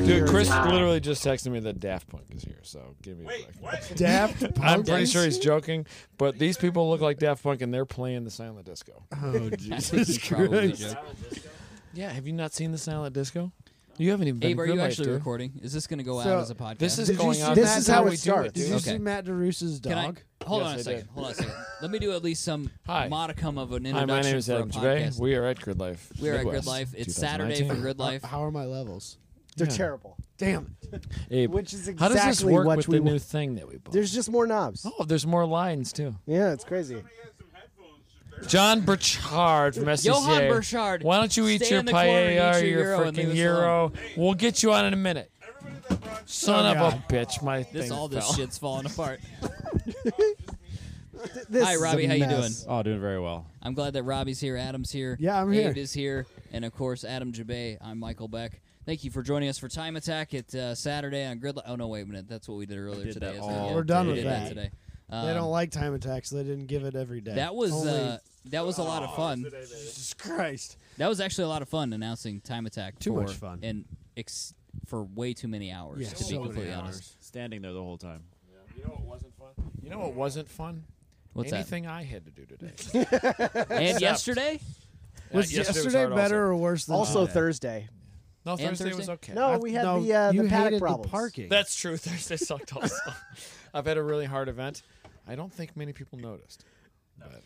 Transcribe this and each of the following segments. just literally just texted me that Daft Punk is here, so give me a Wait, break. what? Daft Punk. I'm pretty is sure he's here? joking, but these people look like Daft Punk and they're playing the Silent Disco. Oh Jesus Probably Christ! joking. Yeah, have you not seen the Silent Disco? You haven't even been Abe, to are Good you Life, actually dude. recording? Is this going to go So, out as a podcast? This is Did you going see- on. this That's is how how we it do starts. it, dude. Did you Okay. see Matt DeRusa's Can dog? I, hold Yes, on I a second. did. Hold on a second. Let me do at least some Hi. modicum of an Hi, introduction my name is for Adam a Dubay. podcast. We are at Grid Life. We are at Grid Midwest, Life. It's Saturday for 2019. Grid Life. How are my levels? Yeah. terrible. Damn it! Abe, Which is how does this exactly work what with we the wa- new thing that we bought? There's just more knobs. oh, there's more lines too. Yeah, it's crazy. Somebody had some headphones. John Burchard from SCCA. Johann Burchard, Why don't you eat stay your in the corner and paella or eat your your gyro and leave freaking us gyro? We'll get you on in a minute. Everybody that brought Son Oh, of God. a bitch, my This thing all fell. this shit's falling apart. Th- this Hi, is a Robbie, how you mess. Oh, doing very well. I'm glad that Robbie's here, Adam's here, Yeah, I'm Abe here. is here, and of course Adam Jabay. I'm Michael Beck. Thank you for joining us for Time Attack at uh, Saturday on Grid. Li- oh no, wait a minute. That's what we did earlier did today. that isn't it? all Yeah, We're done we with did that. today. Um, They don't like time attacks. They didn't give it every day. that was Only- uh, that was a lot of fun. Jesus Christ. That was actually a lot of fun announcing Time Attack. Too for, much fun. and ex- for way too many hours. Yeah, to so be many completely hours. honest, Standing there the whole time. You know what wasn't fun? You know what wasn't fun? what's Anything I had to do today. that? And yesterday, Uh, Was was yesterday, hard also. better or worse than Also today? Thursday. No, And Thursday, was Thursday? okay. No, I- we had no, the uh, you the paddock hated problems. The parking. That's true. Thursday sucked also. I've had a really hard event. I don't think many people noticed.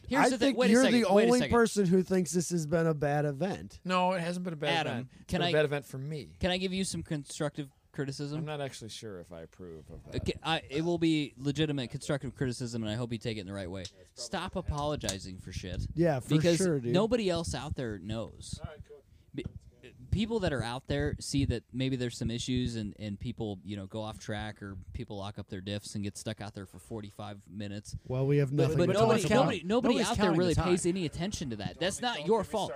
here's I the thing. think Wait you're a second. the wait a only second. person who thinks this has been a bad event. No, it hasn't been a bad Adam, event. It's can been I- a bad event for me. Can I give you some constructive criticism? I'm not actually sure if I approve of that. Okay, I, it will be legitimate constructive criticism, and I hope you take it in the right way. Stop apologizing for shit. Yeah, for because sure, dude. nobody else out there knows. Be- People that are out there see that maybe there's some issues, and, and people you know go off track, or people lock up their diffs and get stuck out there for 45 minutes. Well, we have But, nothing. but to nobody, talk nobody, about. nobody Nobody's out there counting really the pays time. any attention to that. That's not your fault,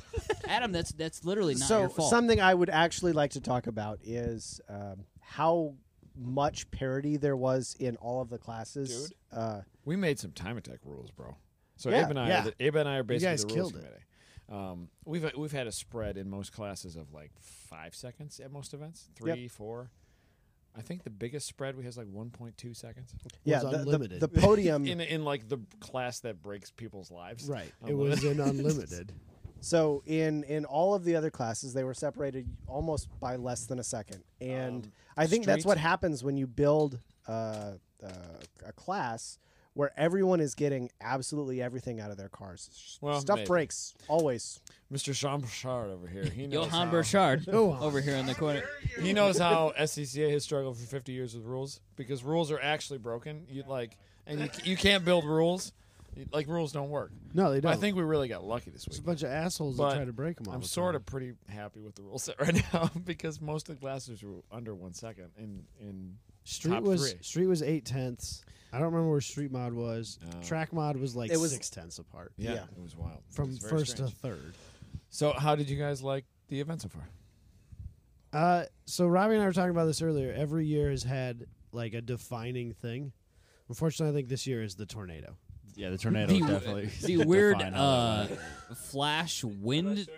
Adam. That's that's literally not so your fault. something I would actually like to talk about is um, how much parity there was in all of the classes. Dude. Uh, We made some time attack rules, bro. So Yeah, Abe and I, yeah. are the, Abe and I are basically guys the rules killed it. committee. Um, we've we've had a spread in most classes of like five seconds at most events, three, four. I think the biggest spread we had is like 1.2 seconds yeah, Was the, the, unlimited. the podium. in in like the class that breaks people's lives. Right. It Um, was an unlimited. so in in all of the other classes, they were separated almost by less than a second, Um, and I think that's street- what happens when you build uh, uh, a class where everyone is getting absolutely everything out of their cars. Well, Stuff maybe. breaks always. Mr. Jean Burchard over here. He knows Johan how, Burchard Johan. over here in the corner. He knows how SCCA has struggled for 50 years with rules because rules are actually broken. You like, and you, you can't build rules. You- Like rules don't work. No, they don't. I think we really got lucky this it's week. a bunch of assholes But that try to break them. All I'm the sort time. of pretty happy with the rule set right now because most of the classes were under one second in in Street top was three. street was eight tenths. I don't remember where street mod was. Oh. Track mod was like It was- six tenths apart. Yeah, Yeah. it was wild. It From was very first strange. to third. So, how did you guys like the event so far? Uh, so Robbie and I were talking about this earlier. Every year has had like a defining thing. Unfortunately, I think this year is the tornado. Yeah, the tornado The- was definitely the weird defined uh, all flash wind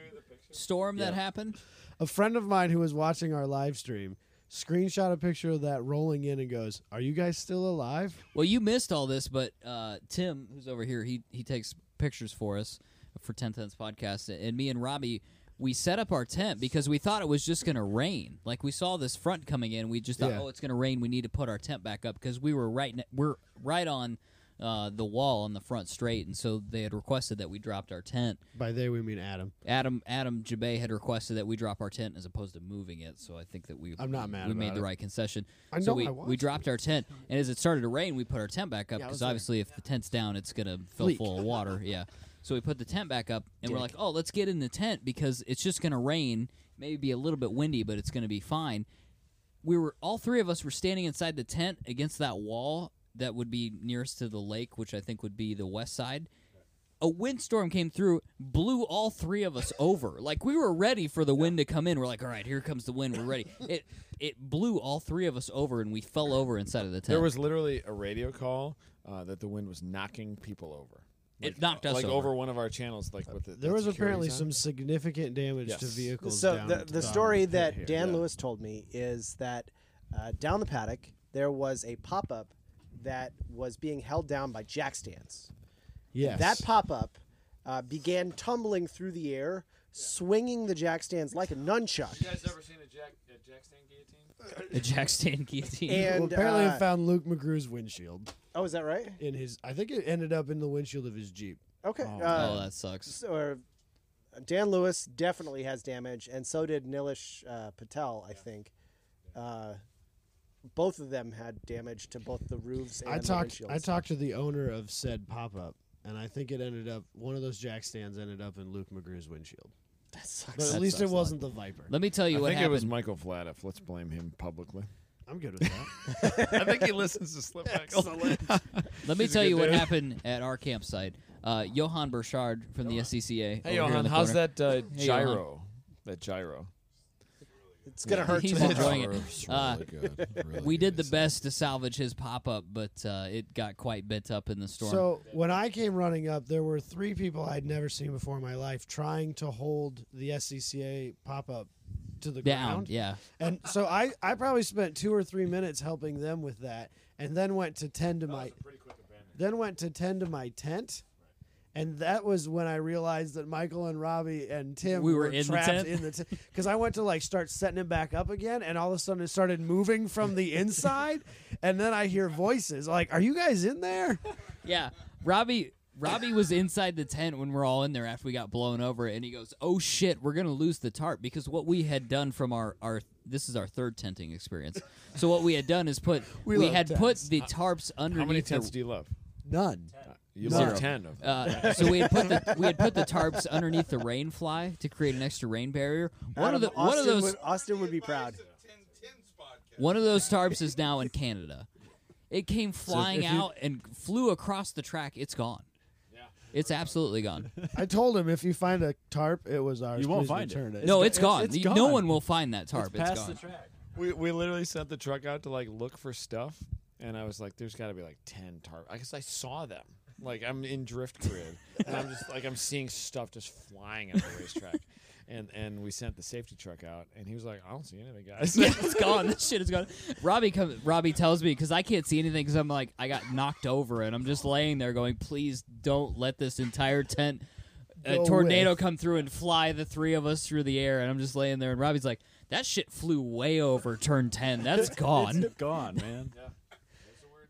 storm that happened. A friend of mine who was watching our live stream screenshot a picture of that rolling in and goes, "Are you guys still alive?" Well, you missed all this, but uh, Tim, who's over here, he he takes pictures for us for Ten Cents Podcast, and me and Robbie. We set up our tent because we thought it was just going to rain. Like we saw this front coming in, we just thought, Yeah. "Oh, it's going to rain. We need to put our tent back up." Because we were right, ne- we're right on uh, the wall on the front straight, and so they had requested that we dropped our tent. By they we mean Adam. Adam Adam Jabay had requested that we drop our tent as opposed to moving it, so I think that we I'm not mad we about made the it. right concession. I so know we I we watched dropped our tent, and as it started to rain, we put our tent back up Yeah, I because was there. obviously if the tent's down, it's gonna fill Leak. full of water. Yeah, so we put the tent back up, and we're Dick. like, oh, let's get in the tent because it's just gonna rain, maybe be a little bit windy, but it's gonna be fine. We were all three of us were standing inside the tent against that wall that would be nearest to the lake, which I think would be the west side a windstorm came through, blew all three of us over. Like we were ready for the wind to come in. We're like, all right, here comes the wind. We're ready. It it blew all three of us over, and we fell over inside of the tent. There was literally a radio call uh, that the wind was knocking people over. it knocked us like over. over. one of our channels. Like with the, There that was security's apparently on. some significant damage to Yes. vehicles. So down the, at the, the bottom story of the pit that here. Dan yeah. Lewis told me is that uh, down the paddock there was a pop up that was being held down by jack stands. yes. That pop up uh, began tumbling through the air, swinging the jack stands like a nunchuck. You guys ever seen a Jack a Jack Stan guillotine? the Jack Stan guillotine. And Well, apparently, uh, it found Luke McGrew's windshield oh, is that right? in his. I think it ended up in the windshield of his jeep. Okay. Oh. uh, oh, that sucks. so, or Dan Lewis definitely has damage, and so did Nilish uh, Patel, I think. Uh, both of them had damage to both the roofs and I the talked. I windshields. talked to the owner of said pop up, and I think it ended up one of those jack stands ended up in Luke McGrew's windshield. That But sucks. at That least it sucks a lot. wasn't the Viper. Let me tell you I what think it was happened. Michael Flatoff. Let's blame him publicly. I'm good with that. I think he listens to Slip Let me He's a tell good you what dude. happened at our campsite. Uh, Johan Burchard from the SCCA. over Hey, here in Johan, the how's corner. that uh, Hey, Johan. gyro? That gyro. It's gonna hurt. He's tomorrow. enjoying it. It's Uh, really good. Really We good. did the It's- best to salvage his pop up, but uh, it got quite bent up in the storm. so when I came running up, there were three people I'd never seen before in my life trying to hold the SCCA pop up to the down, ground. yeah. And so I, I probably spent two or three minutes helping them with that, and then went to tend to my, then went to tend to my tent, and that was when I realized that Michael and Robbie and Tim We were in the trapped tent? in the tent because I went to like start setting it back up again, and all of a sudden it started moving from the inside, and then I hear voices like, "Are you guys in there?" Yeah. Robbie Robbie was inside the tent when we're all in there after we got blown over and he goes, "Oh shit, we're going to lose the tarp because what we had done from our our this is our third tenting experience. So what we had done is put we, We love had put tents. the tarps underneath How many the- tents do you love? None. You Zero. love ten of them. uh, so we had put the we had put the tarps underneath the rain fly to create an extra rain barrier. One of Adam, the Austin one of those Would, Austin would be proud. One of those tarps is now in Canada. It came flying if you- out and flew across the track. It's gone. It's absolutely gone. I told him if you find a tarp, it was ours. You won't Please find it. return it. no, go- it's it's- gone. it's You- No gone. one will find that tarp. It's, past gone. the track. We we literally sent the truck out to like look for stuff, and I was like, "There's got to be like ten tarp." I guess I saw them. Like I'm in drift grid, and I'm just like I'm seeing stuff just flying at the racetrack, and and we sent the safety truck out, and he was like, "I don't see anything, guys." yeah, it's gone. This shit is gone. Robbie come, Robbie tells me because I can't see anything because I'm like I got knocked over and I'm just laying there going, please don't let this entire tent a Go tornado with. come through and fly the three of us through the air and I'm just laying there and Robbie's like that shit flew way over turn ten. That's gone. It's gone, man.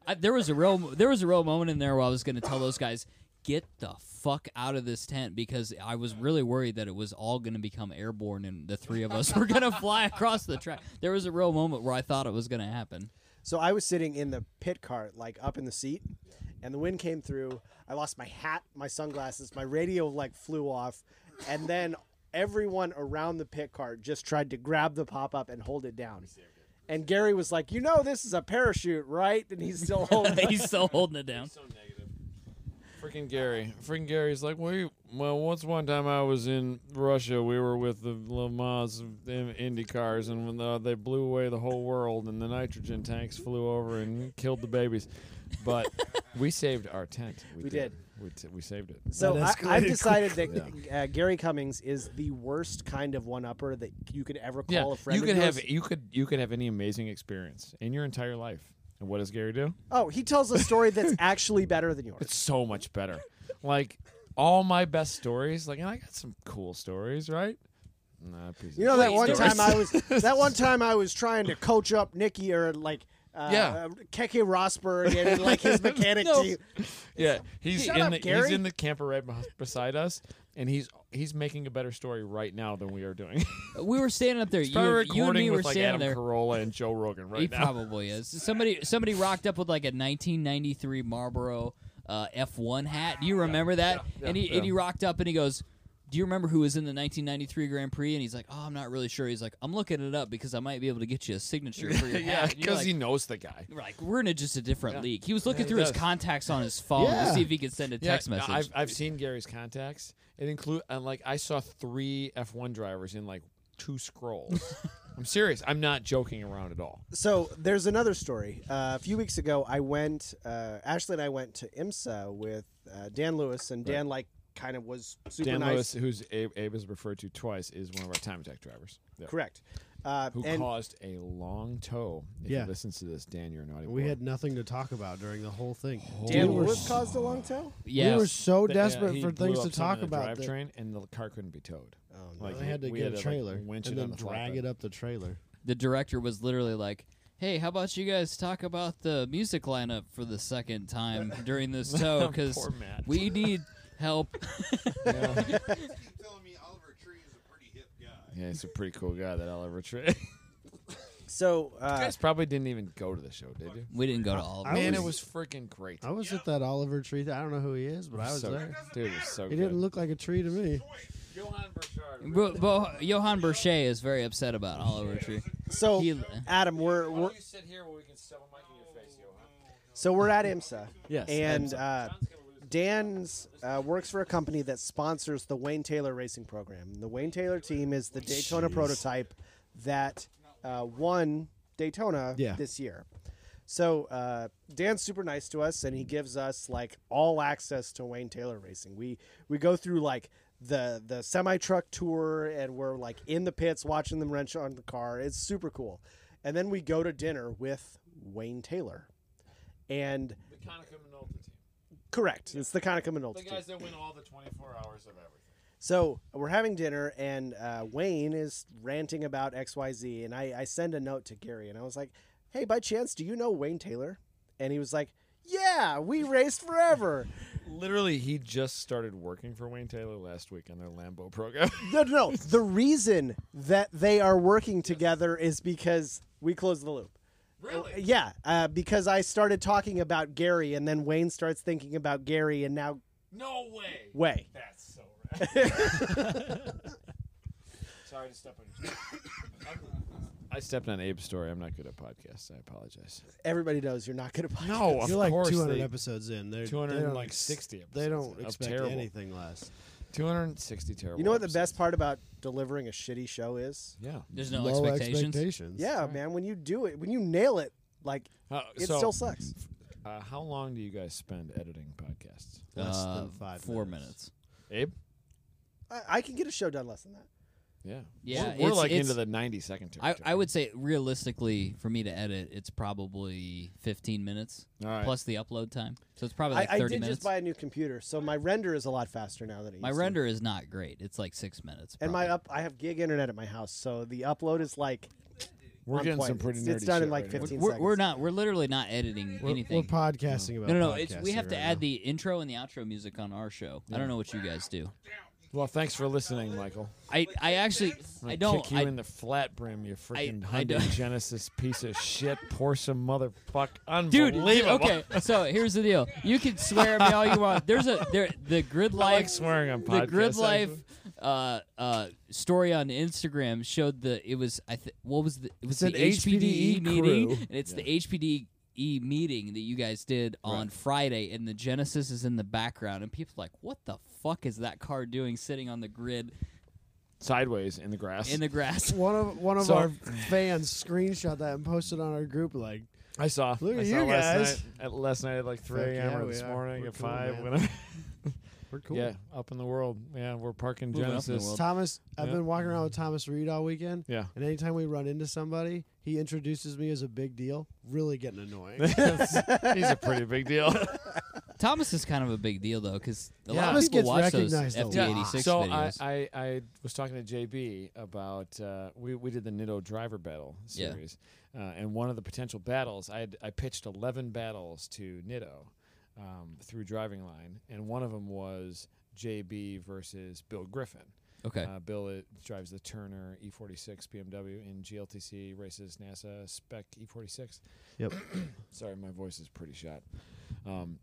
I, there was a real there was a real moment in there where I was going to tell those guys get the fuck out of this tent because I was really worried that it was all going to become airborne and the three of us were going to fly across the track. There was a real moment where I thought it was going to happen. So I was sitting in the pit cart, like up in the seat, and the wind came through. I lost my hat, my sunglasses, my radio like flew off, and then everyone around the pit cart just tried to grab the pop up and hold it down. And Gary was like, "You know this is a parachute, right?" And he's still holding. it. He's still holding it down. Freaking Gary. Freaking Gary's like, we, well, once one time I was in Russia, we were with the Le Mans in- Indy cars, and when uh, they blew away the whole world, and the nitrogen tanks flew over and killed the babies. But we saved our tent. We, We We, t- we saved it. So I, That I've escalated decided that uh, Gary Cummings is the worst kind of one-upper that you could ever call a friend. you of could yours. have you could you could have any amazing experience in your entire life. And what does Gary do? Oh, he tells a story that's actually better than yours. It's so much better. like all my best stories, like and I got some cool stories, right? Nah, piece of You know shit. that one Please, time I was that one time I was trying to coach up Nikki or like uh, Yeah. Keke Rosberg and like his mechanic No. team. Yeah, he's Shut in up, the Gary. he's in the camper right beh- beside us, and he's he's making a better story right now than we are doing. We were standing up there. You, Probably you and recording me were with like standing Adam there. Carolla and Joe Rogan right he now. probably is. Somebody somebody rocked up with like a 1993 Marlboro uh, F1 hat. Do you remember that? yeah, and he yeah. and he rocked up and he goes, "Do you remember who was in the 1993 Grand Prix?" And he's like, "Oh, I'm not really sure." He's like, "I'm looking it up because I might be able to get you a signature for your yeah, hat." And you're because like, he knows the guy. we're like, we're in a, just a different Yeah. league. He was looking he through his does. contacts on his phone to Yeah. see if he could send a text no, message. I've I've seen Gary's contacts. It include and like I saw three F one drivers in like two scrolls. I'm serious. I'm not joking around at all. So there's another story. Uh, a few weeks ago, I went. Uh, Ashley and I went to IMSA with uh, Dan Lewis, and Dan like kind of was super Dan nice. Lewis, who's Abe, Abe is referred to twice, is one of our time attack drivers. Yeah. Correct. Uh, Who and caused a long toe. If Yeah. you listen to this, Dan, you're a naughty We boy. had nothing to talk about during the whole thing. Dan we were Lewis caused a long toe. Yes. We were so Th- desperate yeah, he for blew things up to something talk in the about. that drivetrain, and the car couldn't be towed. Oh, no. Like They had to we get a like, trailer winch and it then on a drag flatbed. it up the trailer. the director was literally like, "Hey, how about you guys talk about the music lineup for the second time during this show? Because Oh, Poor Matt. we need help." Keep telling me Oliver Tree is a pretty hip guy. Yeah, he's a pretty cool guy that Oliver Tree. So uh, guys probably didn't even go to the show, did you? we didn't go to all. Of I them. Man, was- it was freaking great. I was at that Oliver Tree. Th- I don't know who he is, but I was so, there. Dude, it was so He good. didn't look like a tree to me. Johann Burchard. But, but Johan Berchet is very upset about Oliver Tree. so He- Adam, we're, we're sit here where we can shove a mic in your face, Johan? so we're at IMSA. Yes, And uh, Dan's uh, works for a company that sponsors the Wayne Taylor Racing Program. The Wayne Taylor team is the Daytona prototype that uh, won Daytona Yeah. this year. So uh, Dan's super nice to us, and he gives us like all access to Wayne Taylor Racing. We we go through like the the semi truck tour, and we're like in the pits watching them wrench on the car. It's super cool. And then we go to dinner with Wayne Taylor, and The Conica Minolta team. Correct. It's the Conica Minolta The team. guys that win all the 24 hours of everything. So we're having dinner, and uh, Wayne is ranting about X, Y, Z, and I, I send a note to Gary, and I was like, "Hey, by chance, do you know Wayne Taylor?" And he was like, "Yeah, we raced forever." Literally, he just started working for Wayne Taylor last week on their Lambo program. no, no, no. The reason that they are working together is because we closed the loop. Really? Yeah, uh, because I started talking about Gary, and then Wayne starts thinking about Gary, and now no way. Way. That's so right. Sorry to step on I stepped on Abe's story. I'm not good at podcasts. I apologize. everybody knows you're not going to. Oh, No, You're like 200 episodes in. They're, 200 they and don't like ex- 60 They episodes don't in. That's expect terrible. anything less. 260 terrible. You know what the episodes. best part about delivering a shitty show is? Yeah. There's no Low expectations. expectations. Yeah, man. When you do it, when you nail it, like Uh, it so, still sucks. uh, how long do you guys spend editing podcasts? Less Uh, than five four minutes. Abe? minutes. I, I can get a show done less than that. Yeah. Yeah, We're- We're, it's- like it's- into the 90 second I, territory. I would say realistically for me to edit, it's probably 15 minutes All right. plus the upload time. So it's probably like I, I 30 did minutes. just buy a new computer, so my render is a lot faster now than it my used to. render is not great. It's like six minutes. and my probably. up. I have gig internet at my house, so the upload is like We're on getting point. some pretty It's- nerdy it's done in shit like right here. 15 we're, we're seconds. not. We're literally not editing We're, anything. we're podcasting about no, no, it's we podcasting have to right add now. the intro and the outro music on our show. I don't know what you guys do. Well, thanks for listening, Michael. I, I actually I'm gonna I don't kick you I, in the flat brim, you freaking I Hyundai don't- Genesis piece of shit, Porsche motherfucker. dude. Unbelievable. Okay, so here's the deal. You can swear at me all you want. There's a there the grid I like life swearing on podcasts. the grid life actually. uh, uh, story on Instagram showed the it was I th- what was the it was an the HPDE, HPDE E meeting E crew. and it's the HPDE E meeting that you guys did on Friday and the Genesis is in the background and people are like what the fuck is that car doing sitting on the grid Sideways in the grass. in the grass. One of one of So- our fans screenshot that and posted on our group like I saw. Look I at saw you last guys. Night, at last night at like 3 Fuck a.m. yeah, or we this are. morning We're at cool, 5. man. whenever- we're cool. Yeah, up in the world. Yeah, we're parking Moving up in the Genesis. world. Thomas, I've Yeah. been walking around with Thomas Reed all weekend. Yeah. And anytime we run into somebody, he introduces me as a big deal. Really getting annoying. He's a pretty big deal. Thomas is kind of a big deal though because a lot Thomas of people gets watch those recognized a lot. FD86 so I, videos. I, I was talking to JB about uh, we we did the Nitto Driver Battle Yeah. series, uh, and one of the potential battles I had, I pitched eleven battles to Nitto um, through Driving Line, and one of them was JB versus Bill Griffin. okay, Uh, Bill uh drives the Turner E E46 BMW in GLTC, races NASA spec E46. Yep. Sorry, my voice is pretty shot. Um,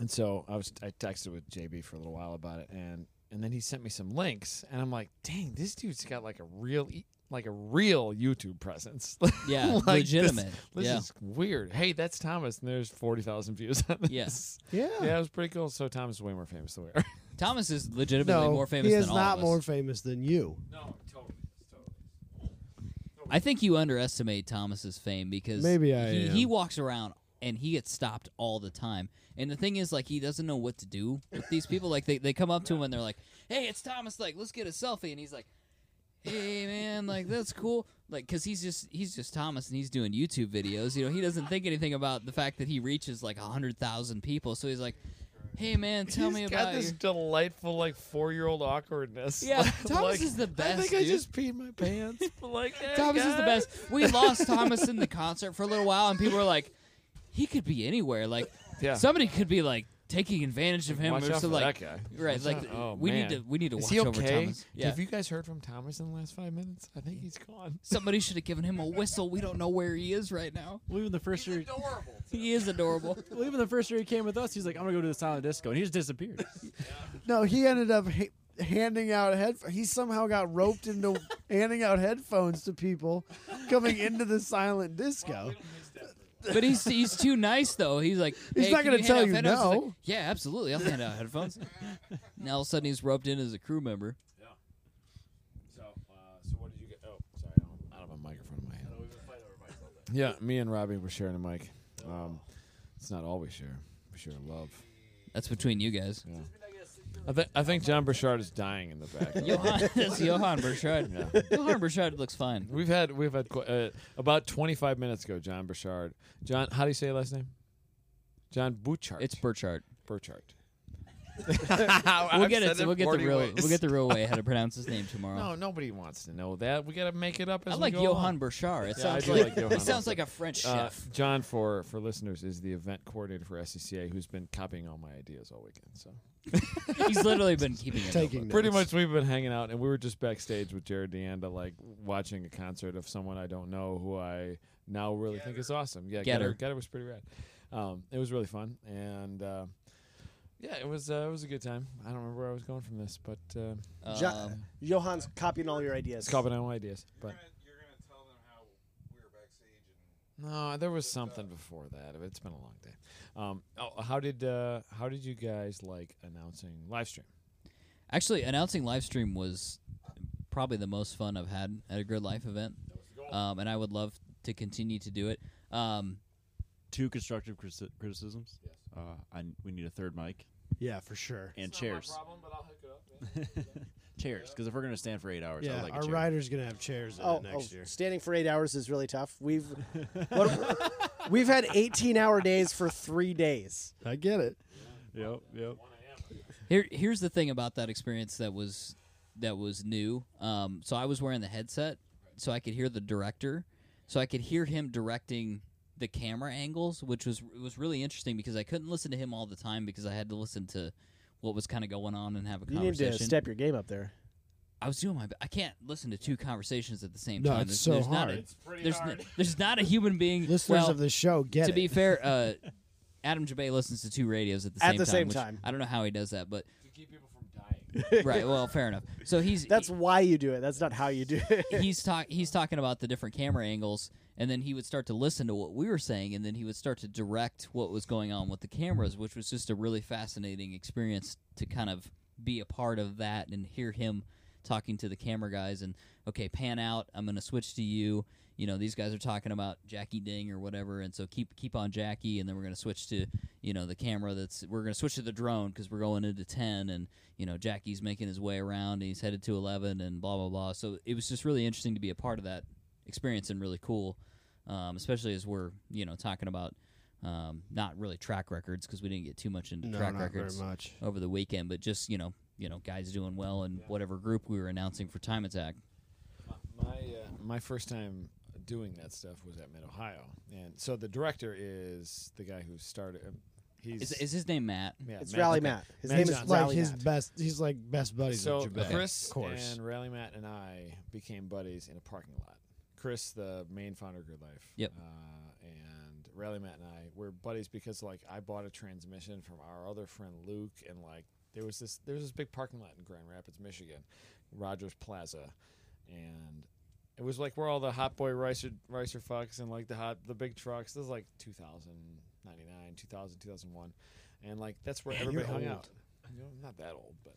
and so I was I texted with JB for a little while about it, and and then he sent me some links, and I'm like, dang, this dude's got like a real e- like a real YouTube presence. Yeah, Like, legitimate. This, this Yeah. is weird. Hey, that's Thomas, and there's forty thousand views on this. Yeah. yeah. Yeah, it was pretty cool. So Thomas is way more famous than we are. Thomas is legitimately No, more famous he is than all not of us. more famous than you. No, totally, totally. I think you underestimate Thomas's fame because Maybe I he, am. he walks around and he gets stopped all the time. And the thing is, like, he doesn't know what to do with these people. Like, they, they come up to him and they're like, hey, it's Thomas, like, let's get a selfie. And he's like, hey, man, like, that's cool. Like, because he's just, he's just Thomas and he's doing YouTube videos. You know, he doesn't think anything about the fact that he reaches like 100,000 people. So he's like, hey, man, tell me He's about got this your- delightful like four year old awkwardness. Yeah, Thomas Like, is the best. I think I dude. just peed my pants. but, like hey, Thomas is the guys. best. We lost Thomas in the concert for a little while, and people were like, he could be anywhere. Like, Yeah. somebody could be like taking advantage of him Watch or out so. for like, that guy. right? Watch Like, out. Oh, we man. need to we need to Is watch he over okay? Thomas. Yeah. Have you guys heard from Thomas in the last five minutes? I think he's gone. Somebody should have given him a whistle. We don't know where he is right now. Leaving the first year, adorable. He is adorable. leaving the first year he came with us, he's like, I'm gonna go to the silent disco, and he just disappeared. No, he ended up ha- handing out headphones. He somehow got roped into handing out headphones to people coming into the silent disco. But he's he's too nice though. He's like He's "Hey, not can you gonna hand tell out you headphones?" He's like, no. yeah, absolutely. I'll hand out headphones. Now all of a sudden he's roped in as a crew member. So, uh, so what did you get? Oh, sorry, I don't, I don't have a microphone in my hand. Yeah, me and Robbie were sharing a mic. Um, it's not all we share. We share love. That's between you guys. I think I think John Burchard is dying in the back. Johan, that's Johan Burchard. Yeah. Johan Burchard looks fine. We've had we've had qu- uh, about 25 minutes ago. John Burchard. John, how do you say your last name? John Burchard. It's Burchard. Burchard. We'll get it. We'll get the real. We'll get the real way how to pronounce his name tomorrow. No, nobody wants to know that. We got to make it up as I we like go Johan along. Burchard. It Yeah, I sounds do like, like Johan it sounds also. like a French Uh, chef. John, for for listeners, is the event coordinator for SCCA, who's been copying all my ideas all weekend. So He's literally been keeping it. Taking notebook. notes. pretty much we've been hanging out, and we were just backstage with Jared DeAnda, like watching a concert of someone I don't know who I now really think is awesome. Yeah, Getter. Getter. Getter was pretty rad. Um, it was really fun, and uh, yeah, it was uh, it was a good time. I don't remember where I was going from this, but uh, Jo- Um, Johan's copying all your ideas. it's copying all ideas. But You're gonna, you're gonna tell them how we were backstage and No, there was something before that. It's been a long day. Um, oh, how did uh, how did you guys like announcing live stream? actually, announcing live stream was probably the most fun I've had at a Grid Life event, um, and I would love to continue to do it. Um, Two constructive criti- criticisms. Uh, I, we need a third mic Yeah, for sure. and chairs. chairs, because if we're gonna stand for eight hours, I Yeah, would like a our chair. rider's gonna have chairs in Oh, it next oh, year. standing for eight hours is really tough. We've what, we've had eighteen hour days for three days. I get it. Yep, yep. Here, here's the thing about that experience that was that was new. Um, so I was wearing the headset, so I could hear the director, so I could hear him directing the camera angles, which was it was really interesting because I couldn't listen to him all the time because I had to listen to what was kind of going on and have a You need conversation. to step your game up there. I was doing my. be- I can't listen to two conversations at the same No, time. it's there's, so there's Not hard. a, there's, n- there's not a human being. Listeners well, of the show get to it. be fair, uh, Adam Jabay listens to two radios at the At same the time. same which time. I don't know how he does that, but To keep people from dying. right. Well, fair enough. So he's That's why you do it. That's not how you do it. he's talk he's talking about the different camera angles, and then he would start to listen to what we were saying, and then he would start to direct what was going on with the cameras, which was just a really fascinating experience to kind of be a part of that and hear him talking to the camera guys and okay, pan out. I'm going to switch to you. You know, these guys are talking about Jackie Ding or whatever, and so keep keep on Jackie, and then we're going to switch to you know the camera that's we're going to switch to the drone because we're going into ten, and you know Jackie's making his way around, and he's headed to eleven, and blah blah blah. So it was just really interesting to be a part of that experience and really cool, um, especially as we're you know talking about um, not really track records because we didn't get too much into track records much. over the weekend, but just you know, you know, guys doing well in whatever group we were announcing for Time Attack. My uh, my first time doing that stuff was at Mid Ohio, and so the director is the guy who started. um, He's Is, is his name Matt? yeah, It's Matt- Rally okay. Matt. His Matt name Johnson. is Like Rally his Matt. best. He's like best buddies So uh, with Jabez. Chris of course. and Rally Matt and I became buddies in a parking lot. Chris, the main founder of Good Life. Yep. Uh, and Rally Matt and I were buddies because like I bought a transmission from our other friend Luke, and like there was this there was this big parking lot in Grand Rapids, Michigan, Rogers Plaza, and. It was like where all the hot boy ricer, ricer fucks and like the hot the big trucks. This is like 2099, 2000, 2001, and like that's where everybody hung out. You know, I'm not that old, but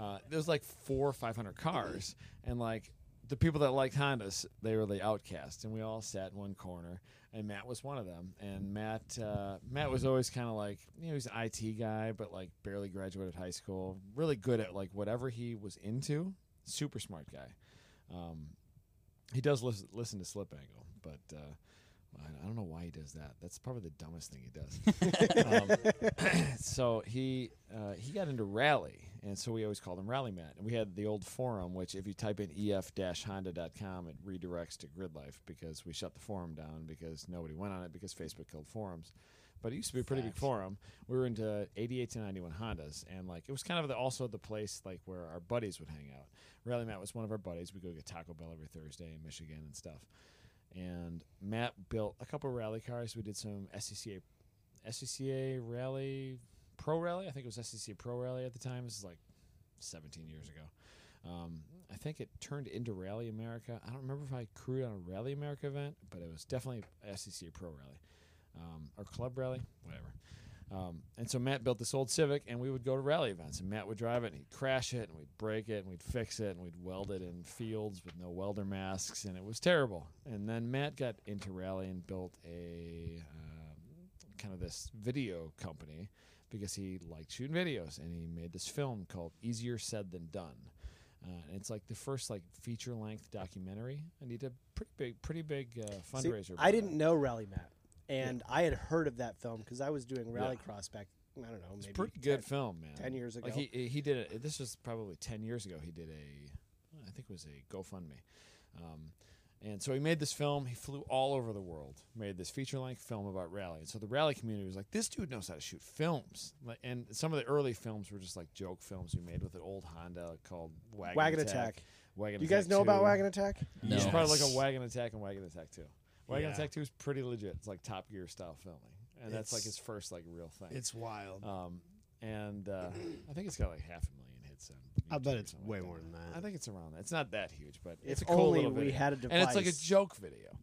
uh, there was like four or five hundred cars, and like the people that liked Hondas, they were the outcasts, and we all sat in one corner. And Matt was one of them. And Matt, uh, Matt was always kind of like, you know, he's an IT guy, but like barely graduated high school. Really good at like whatever he was into. Super smart guy. Um, he does lis- listen to Slip Angle, but uh, I- I don't know why he does that. That's probably the dumbest thing he does. um, so he uh, he got into rally, and so we always called him Rally Matt. And we had the old forum, which if you type in E ef-honda.com, it redirects to Grid Life because we shut the forum down because nobody went on it because Facebook killed forums. But it used to be a pretty big forum. We were into 88 to 91 Hondas, and like it was kind of the, also the place like where our buddies would hang out. Rally Matt was one of our buddies. We go get Taco Bell every Thursday in Michigan and stuff. And Matt built a couple rally cars. We did some SCCA SCCA rally, pro rally. I think it was SCCA pro rally at the time. This is like 17 years ago. Um, I think it turned into Rally America. I don't remember if I crewed on a Rally America event, but it was definitely SCCA pro rally um, or club rally, whatever. Um, and so Matt built this old Civic, and we would go to rally events, and Matt would drive it, and he'd crash it, and we'd break it, and we'd fix it, and we'd weld it in fields with no welder masks, and it was terrible. And then Matt got into rally and built a um, kind of this video company because he liked shooting videos, and he made this film called Easier Said Than Done. Uh, and it's like the first like feature length documentary, and he did pretty big, pretty big uh, See, fundraiser. I about it. didn't know Rally Map, and I had heard of that film because I was doing Rallycross back. I don't know, maybe It's a pretty 10 good film, man. 10 years Like ago. he he did it. This was probably ten years ago. He did a, I think it was a GoFundMe, um, and so he made this film. He flew all over the world, made this feature length film about rally. And so the rally community was like, this dude knows how to shoot films. Like, and some of the early films were just like joke films we made with an old Honda called Wagon, Wagon Attack. Attack. Wagon Do you guys know about 2. Wagon Attack? You should No. probably look at Wagon Attack and Wagon Attack Two. Wagon Yeah. Attack Two is pretty legit. It's like Top Gear style filming, and that's like It's- his first like real thing. It's wild. Oh, Um, and uh, I think it's got like half a million hits on. I bet YouTube or it's something way like more than that. I think it's around that. It's not that huge, but Uh, If it's a cool only little we video. had a And it's like a device. joke video.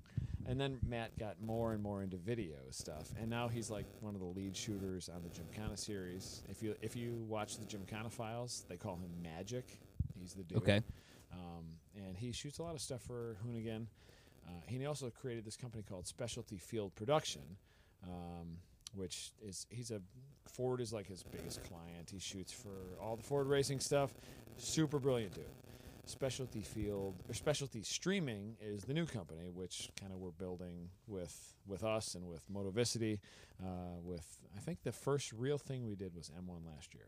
And then Matt got more and more into video stuff, and now he's like one of the lead shooters on the Gymkhana series. If you if you watch the Gymkhana files, they call him Magic. He's the dude. Okay. Um, and he shoots a lot of stuff for Hoonigan. Uh, he also created this company called Specialty Field Production, um, which is he's a Ford is like his biggest client. He shoots for all the Ford racing stuff. Super brilliant dude. Specialty Field or Specialty Streaming is the new company, which kind of we're building with with us and with Motovicity. Uh, with I think the first real thing we did was M1 last year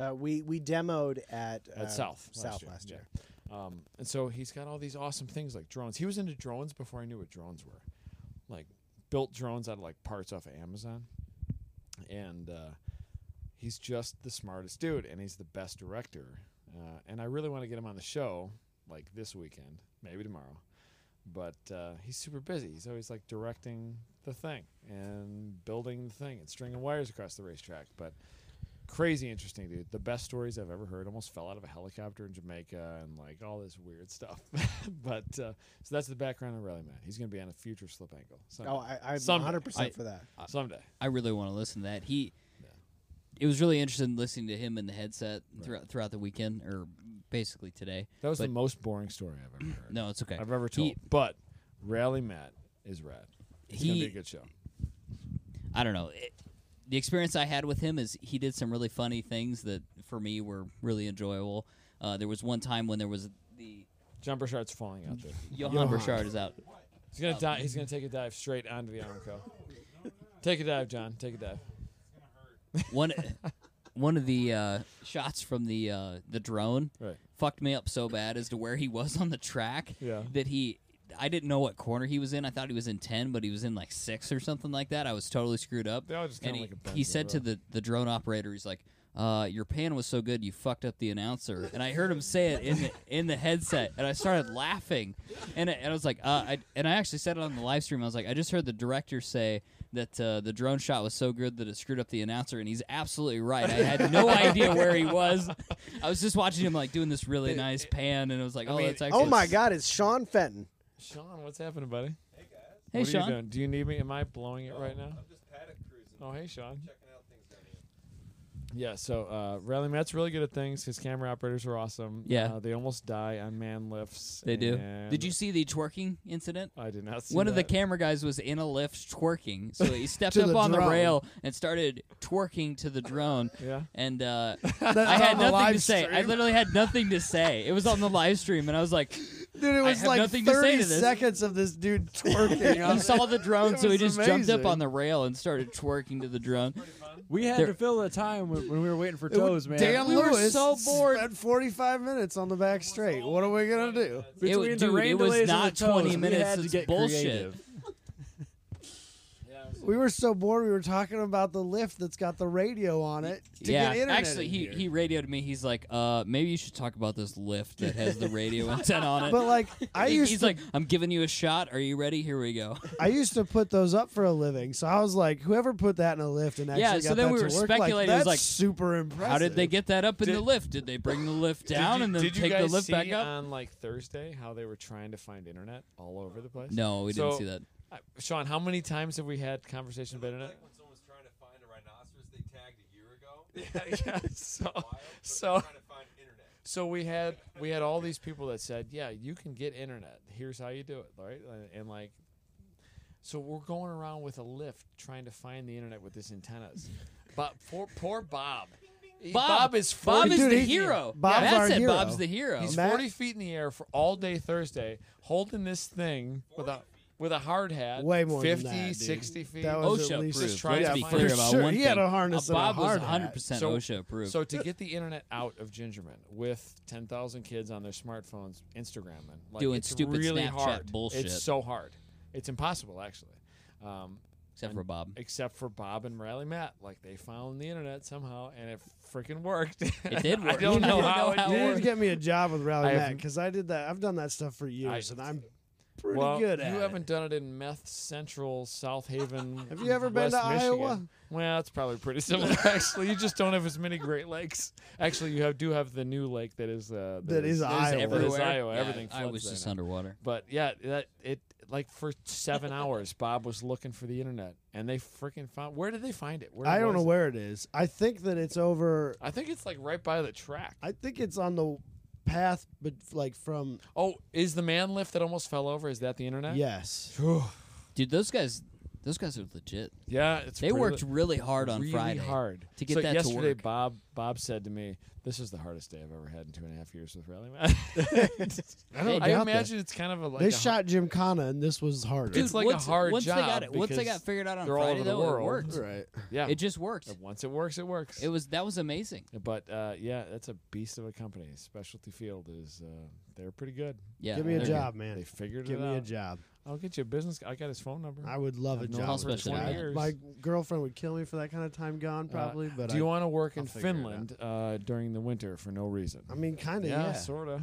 Uh, we we demoed at, at uh, South South last year. yeah. Um, and so he's got all these awesome things like drones. He was into drones before I knew what drones were. Like built drones out of like parts off of Amazon, and uh, he's just the smartest dude, and he's the best director. Uh, and I really want to get him on the show like this weekend, maybe tomorrow. But uh, he's super busy. He's always like directing the thing and building the thing and stringing wires across the racetrack. But crazy interesting, dude. The best stories I've ever heard. Almost fell out of a helicopter in Jamaica and like all this weird stuff. but uh, so that's the background of Rally Man. He's going to be on a future slip angle. Someday. Oh, I, I'm Someday. 100 percent I- for that. someday. I really want to listen to that. He, it was really interesting listening to him in the headset throughout throughout the weekend, or basically today. That was the But- most boring story I've ever heard. No, it's okay. I've ever told. He, but Rally Matt is rad. It's gonna be He- a good show. I don't know. It, the experience I had with him is he did some really funny things that for me were really enjoyable. Uh, there was one time when there was the Jumper shards falling out there. Johan, Burchard is out. He's Oh. gonna die. He's gonna take a dive straight onto the Armco. take a dive, John. Take a dive. One one of the uh, shots from the uh, the drone Right. fucked me up so bad as to where he was on the track Yeah. that he I didn't know what corner he was in. I thought he was in ten, but he was in like six or something like that. I was totally screwed up. They all just and kinda he, like a bunch he of said to rough. the, the drone operator, he's like, uh, your pan was so good you fucked up the announcer. And I heard him say it in the in the headset and I started laughing. And I, and I was like, uh, I, and I actually said it on the live stream. I was like, I just heard the director say that uh, the drone shot was so good that it screwed up the announcer and he's absolutely right. I had no idea where he was. I was just watching him like doing this really nice pan and I was like, Oh, eh, mean, that's actually Oh my God, it's Sean Fenton. Sean, what's happening, buddy? Hey what are Sean. you doing? Do you need me? Am I blowing it right now? I'm just paddock cruising. Oh, hey, Sean. Checking out things down here. Yeah, so uh, Riley Matt's really good at things. His camera operators are awesome. Yeah. Uh, they almost die on man lifts. They do. and Did you see the twerking incident? I did not see One of the that. camera guys was in a lift twerking, so he stepped To up the on the drone. rail and started twerking to the drone. Yeah. And uh, That's I had on the nothing to live say. I stream. literally had nothing to say. It was on the live stream, and I was like, Dude, it I was have like nothing to say 30 to this. seconds of this dude twerking. on he it. saw the drone, It so he was just jumped up amazing. on the rail and started twerking to the drone. We had There- to fill the time when, when we were waiting for It would- toes, man. Dan We were Lewis so bored. spent 45 minutes on the back straight. What are we going to do? It Between w- the dude, rain it was delays and not the toes, 20 we minutes. had to It's get bullshit. creative. We were so bored. We were talking about the lift that's got the radio on it to yeah, get internet. actually, in he here. he radioed me. He's like, uh, maybe you should talk about this lift that has the radio antenna on it. But like, I He- used he's to, like, I'm giving you a shot. Are you ready? Here we go. I used to put those up for a living. So I was like, whoever put that in a lift and actually Yeah, got so then that we to were work, like, speculating, it was that's like, super impressive. How did they get that up in Did- the lift? Did they bring the lift Did down you- and then did you take the guys lift back see up? on like Thursday how they were trying to find internet all over the place? no, we didn't So- see that. Uh, Sean, how many times have we had conversations about internet? Like when someone's trying to find a rhinoceros they tagged a year ago. yeah, so Wild, but they're so trying to find internet. so we had we had all these people that said, "Yeah, you can get internet. Here's how you do it." Right? And, and like so we're going around with a lift trying to find the internet with this antennas. But poor poor Bob. He- Bob- is 40 Bob is Dude, the he- hero. Bob's Matt our said hero. Bob's the hero. He's Matt- 40 feet in the air for all day Thursday, holding this thing with a with a hard hat. Way more than 50, that, dude. 60 feet. That was OSHA at least approved. approved. trying Oh, Let's to be find- clear For about sure, one he thing. had a harness Uh, and a Bob was hard hat. 100 percent So- OSHA approved. So to get the internet out of Gingerman with 10,000 kids on their smartphones, Instagramming, like, Doing it's stupid really Snapchat hard. bullshit. It's so hard. It's impossible, actually. Um, except for Bob, except for Bob and Riley Matt, like they found the internet somehow, and it freaking worked. It did I work. don't You know didn't how know it how You did. need to get me a job with Rally I have- Mac because I did that. I've done that stuff for years, and I'm pretty well, good at you it. haven't done it in Meth Central, South Haven. Have you ever been West to Michigan. Iowa? Well, it's probably pretty similar, actually. You just don't have as many Great Lakes. Actually, you have do have the new lake that is uh, That is that Iowa. That is everywhere. Iowa. Yeah, Everything. I floods was there just now. underwater. But yeah, that it like for seven hours, Bob was looking for the internet, and they freaking found. Where did they find it? Where I was don't know it? where it is. I think that it's over. I think it's like right by the track. I think it's on the path, but like from oh, is the man lift that almost fell over? Is that the internet? yes. Dude, those guys, those guys are legit. yeah. It's They pretty- worked really hard on really Friday. hard to get so that to yesterday, work. Bob Bob said to me, "This is the hardest day I've ever had in two and a half years with Rally Matt." I don't I doubt that. imagine it's kind of a like they a, shot Gymkhana, and this was harder. Dude, It's like a once, hard once They job got it, once they because got figured out on they're all Friday, over the though, world. it worked. right. yeah. It just worked. once it works, it works. It was that was amazing. but uh, yeah, that's a beast of a company. Specialty Field is uh, they're pretty good. Yeah, Give me a they're- job, They man. figured Give it out. me a job. I'll get you a business. I got his phone number. I would love a I've known job. him for Especially 20 that. years. Uh, My girlfriend would kill me for that kind of time gone, probably. but Do you I, want to work in I'll figure it out. Finland uh, during the winter for no reason? I mean, kind of. yeah, Yeah. sort of.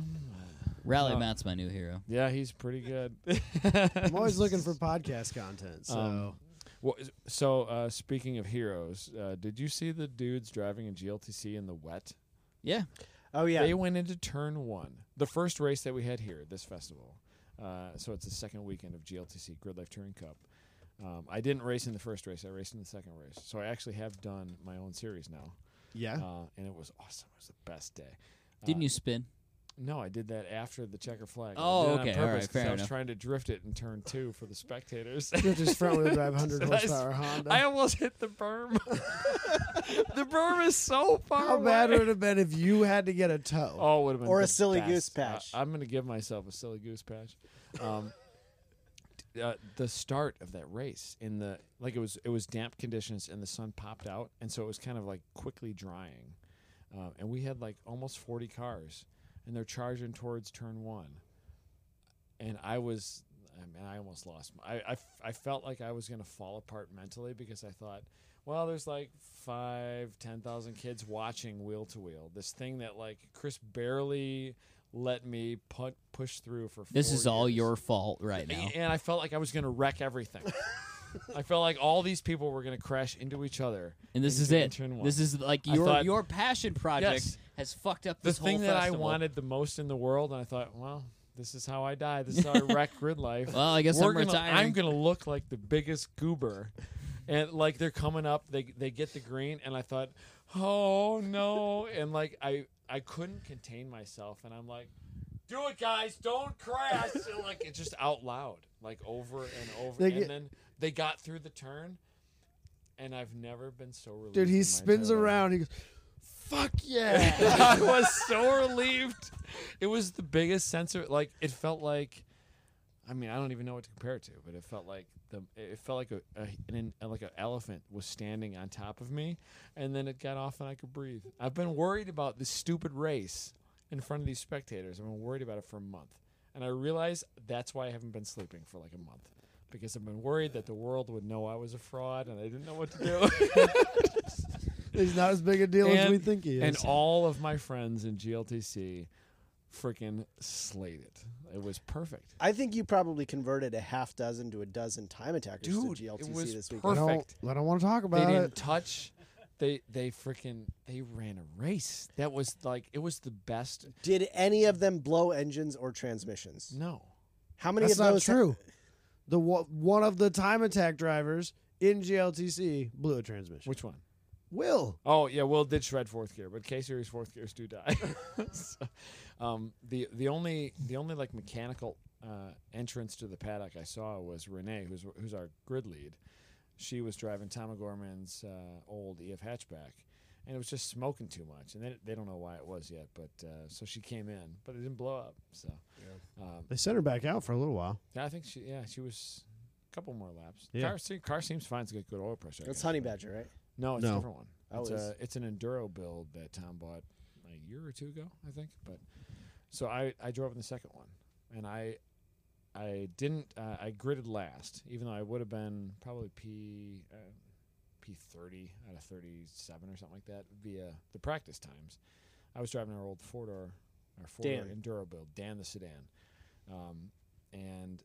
Rally Uh, Matt's my new hero. Yeah, he's pretty good. I'm always looking for podcast content. So Um, Well, is- so uh, speaking of heroes, uh, did you see the dudes driving a GLTC in the wet? Yeah, Oh yeah. They went into turn one, the first race that we had here at this festival. Uh, so it's the second weekend of GLTC Grid Life Touring Cup. Um, I didn't race in the first race. I raced in the second race. So I actually have done my own series now, Oh. yeah. uh, and it was awesome. It was the best day. Uh, didn't you spin? No, I did that after the checker flag. I Oh, did it okay. On All purpose right. 'cause Fair I was enough. trying to drift it in turn two for the spectators. Which is front wheel drive, 100 Did I s- horsepower Honda. I almost hit the berm. the berm is so far How away. bad would it have been if you had to get a toe? Oh, would have been Or a the silly best. goose patch. Uh, I'm gonna give myself a silly goose patch. Um, t- uh, the start of that race in the like it was it was damp conditions and the sun popped out and so it was kind of like quickly drying, um, and we had like almost 40 cars and they're charging towards turn one, and I was. I mean, I almost lost. My, I, I f- I felt like I was going to fall apart mentally because I thought, well, there's like five, ten thousand kids watching wheel to wheel. This thing that like Chris barely let me put push through for. This four is all years. your fault right now. And I felt like I was going to wreck everything. I felt like all these people were going to crash into each other. And this in- is in it. turn one. This is like I your thought- your passion project Yes. has fucked up the this thing whole that I festival. wanted the most in the world, and I thought, well, this is how I die. This is how I wreck grid life. Well, I guess We're I'm gonna- retiring. I'm going to look like the biggest goober. and like they're coming up, they they get the green, and I thought, oh no, and like I I couldn't contain myself, and I'm like, do it, guys, don't crash, And, like it's just out loud, like over and over, They and get- then they got through the turn, and I've never been so relieved. Dude, in he my spins entire life. around. He goes, "Fuck yeah!" I was so relieved. It was the biggest sense of like it felt like. I mean, I don't even know what to compare it to, but it felt like the it felt like a, a an, like an elephant was standing on top of me, and then it got off and I could breathe. I've been worried about this stupid race in front of these spectators. I've been worried about it for a month, and I realize that's why I haven't been sleeping for like a month because I've been worried that the world would know I was a fraud and I didn't know what to do. He's not as big a deal as we think he is. And all of my friends in GLTC freaking slayed it. It was perfect. I think you probably converted a half dozen to a dozen time attackers Dude, to it GLTC was this week. I perfect. don't, I don't want to talk They about didn't it. touch. They they freaking they ran a race. That was like it was the best. Did any of them blow engines or transmissions? No. How many That's of not those? true. The wa- one of the time attack drivers in GLTC blew a transmission. Which one? Will Oh yeah, Will did shred fourth gear, but K series fourth gears do die. So, um, the the only the only like mechanical uh, entrance to the paddock I saw was Renee, who's who's our grid lead. She was driving Tom O'Gorman's uh, old EF hatchback, and it was just smoking too much, and they, they don't know why it was yet, but uh, so she came in, but it didn't blow up. So um, they sent her back out for a little while? yeah, I think she yeah she was a couple more laps. Yeah. Car, se- car seems fine. It's got good oil pressure. I That's guess, Honey but- Badger, right? no, it's a No. different one. Oh, it's, it a, is. it's an enduro build that Tom bought a year or two ago, I think. But so I, I drove in the second one, and I I didn't uh, I gridded last, even though I would have been probably p uh, p thirty out of thirty seven or something like that via the practice times. I was driving our old four door our four door Dan. enduro build, Dan the sedan, um, and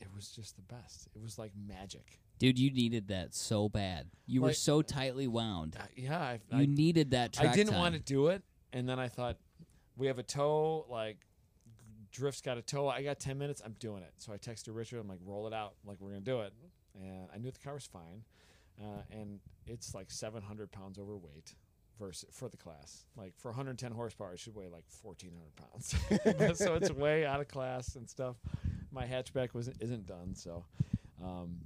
it was just the best. It was like magic. Dude, you needed that so bad. You were Like- so tightly wound. Uh, yeah, I, You I needed that track I didn't time. want to do it, and then I thought, we have a tow. Like, Drift's got a tow. I got ten minutes. I'm doing it. So I texted Richard. I'm like, roll it out. like, we're gonna do it. And I knew the car was fine, uh, and it's like 700 pounds overweight. Versus for the class, like for 110 horsepower, it should weigh like 1,400 pounds. so it's way out of class and stuff. My hatchback was isn't done, so, um,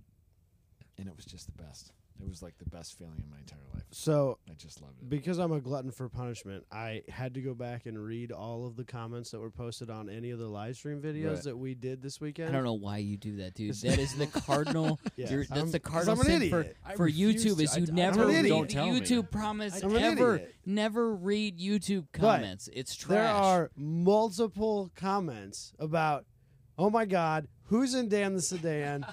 and it was just the best. It was like the best feeling in my entire life. So I just loved it. because I'm a glutton for punishment, I had to go back and read all of the comments that were posted on any of the live stream videos Right. that we did this weekend. I don't know why you do that, dude. That is the cardinal. Yeah. you're- that's I'm- the 'cause cardinal I'm an sin for, idiot. I for refuse YouTube to- is I- you I never don't read read the it. Don't tell me. YouTube promise I'm an ever idiot. never read YouTube comments. it's trash. There are multiple comments about, oh my God, who's in Dan the Sedan?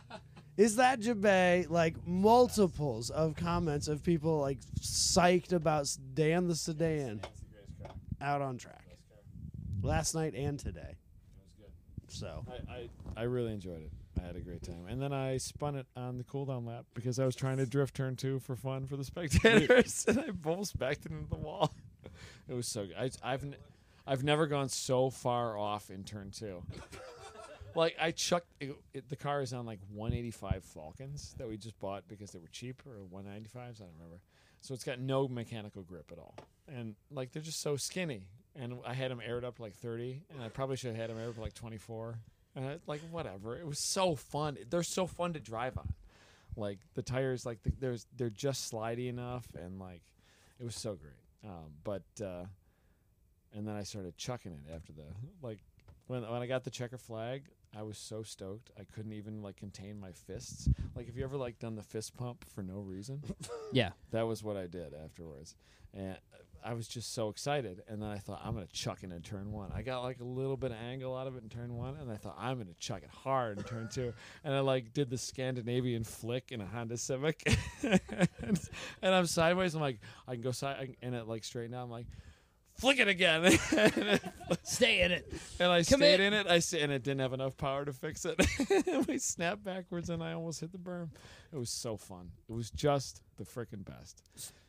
Is that Jabay? Like multiples of comments of people like psyched about s- Dan the Sedan out on track last night and today. So I, I, I really enjoyed it. I had a great time. And then I spun it on the cooldown lap because I was trying to drift turn two for fun for the spectators, and I almost backed it into the wall. It was so good. I, I've, n- I've never gone so far off in turn two. like I chucked it, it, the car is on like 185 Falcons that we just bought because they were cheap or 195s. I don't remember. So it's got no mechanical grip at all, and like they're just so skinny. And I had them aired up like 30, and I probably should have had them aired up like 24. And I, like whatever, it was so fun. They're so fun to drive on. Like the tires, like the, there's they're just slidey enough, and like it was so great. Um, but uh, and then I started chucking it after the like when when I got the checker flag, I was so stoked I couldn't even like contain my fists. Like have you ever like done the fist pump for no reason? Yeah. that was what I did afterwards, and I was just so excited. And then I thought I'm gonna chuck it in turn one. I got like a little bit of angle out of it in turn one, and I thought I'm gonna chuck it hard in turn two. And I like did the Scandinavian flick in a Honda Civic, and, and I'm sideways. I'm like I can go side, and it like straightened out. I'm like. Flick it again, and it Stay in it. and I Come stayed in. in it. I sta- and it didn't have enough power to fix it. we snapped backwards, and I almost hit the berm. It was so fun. It was just the freaking best.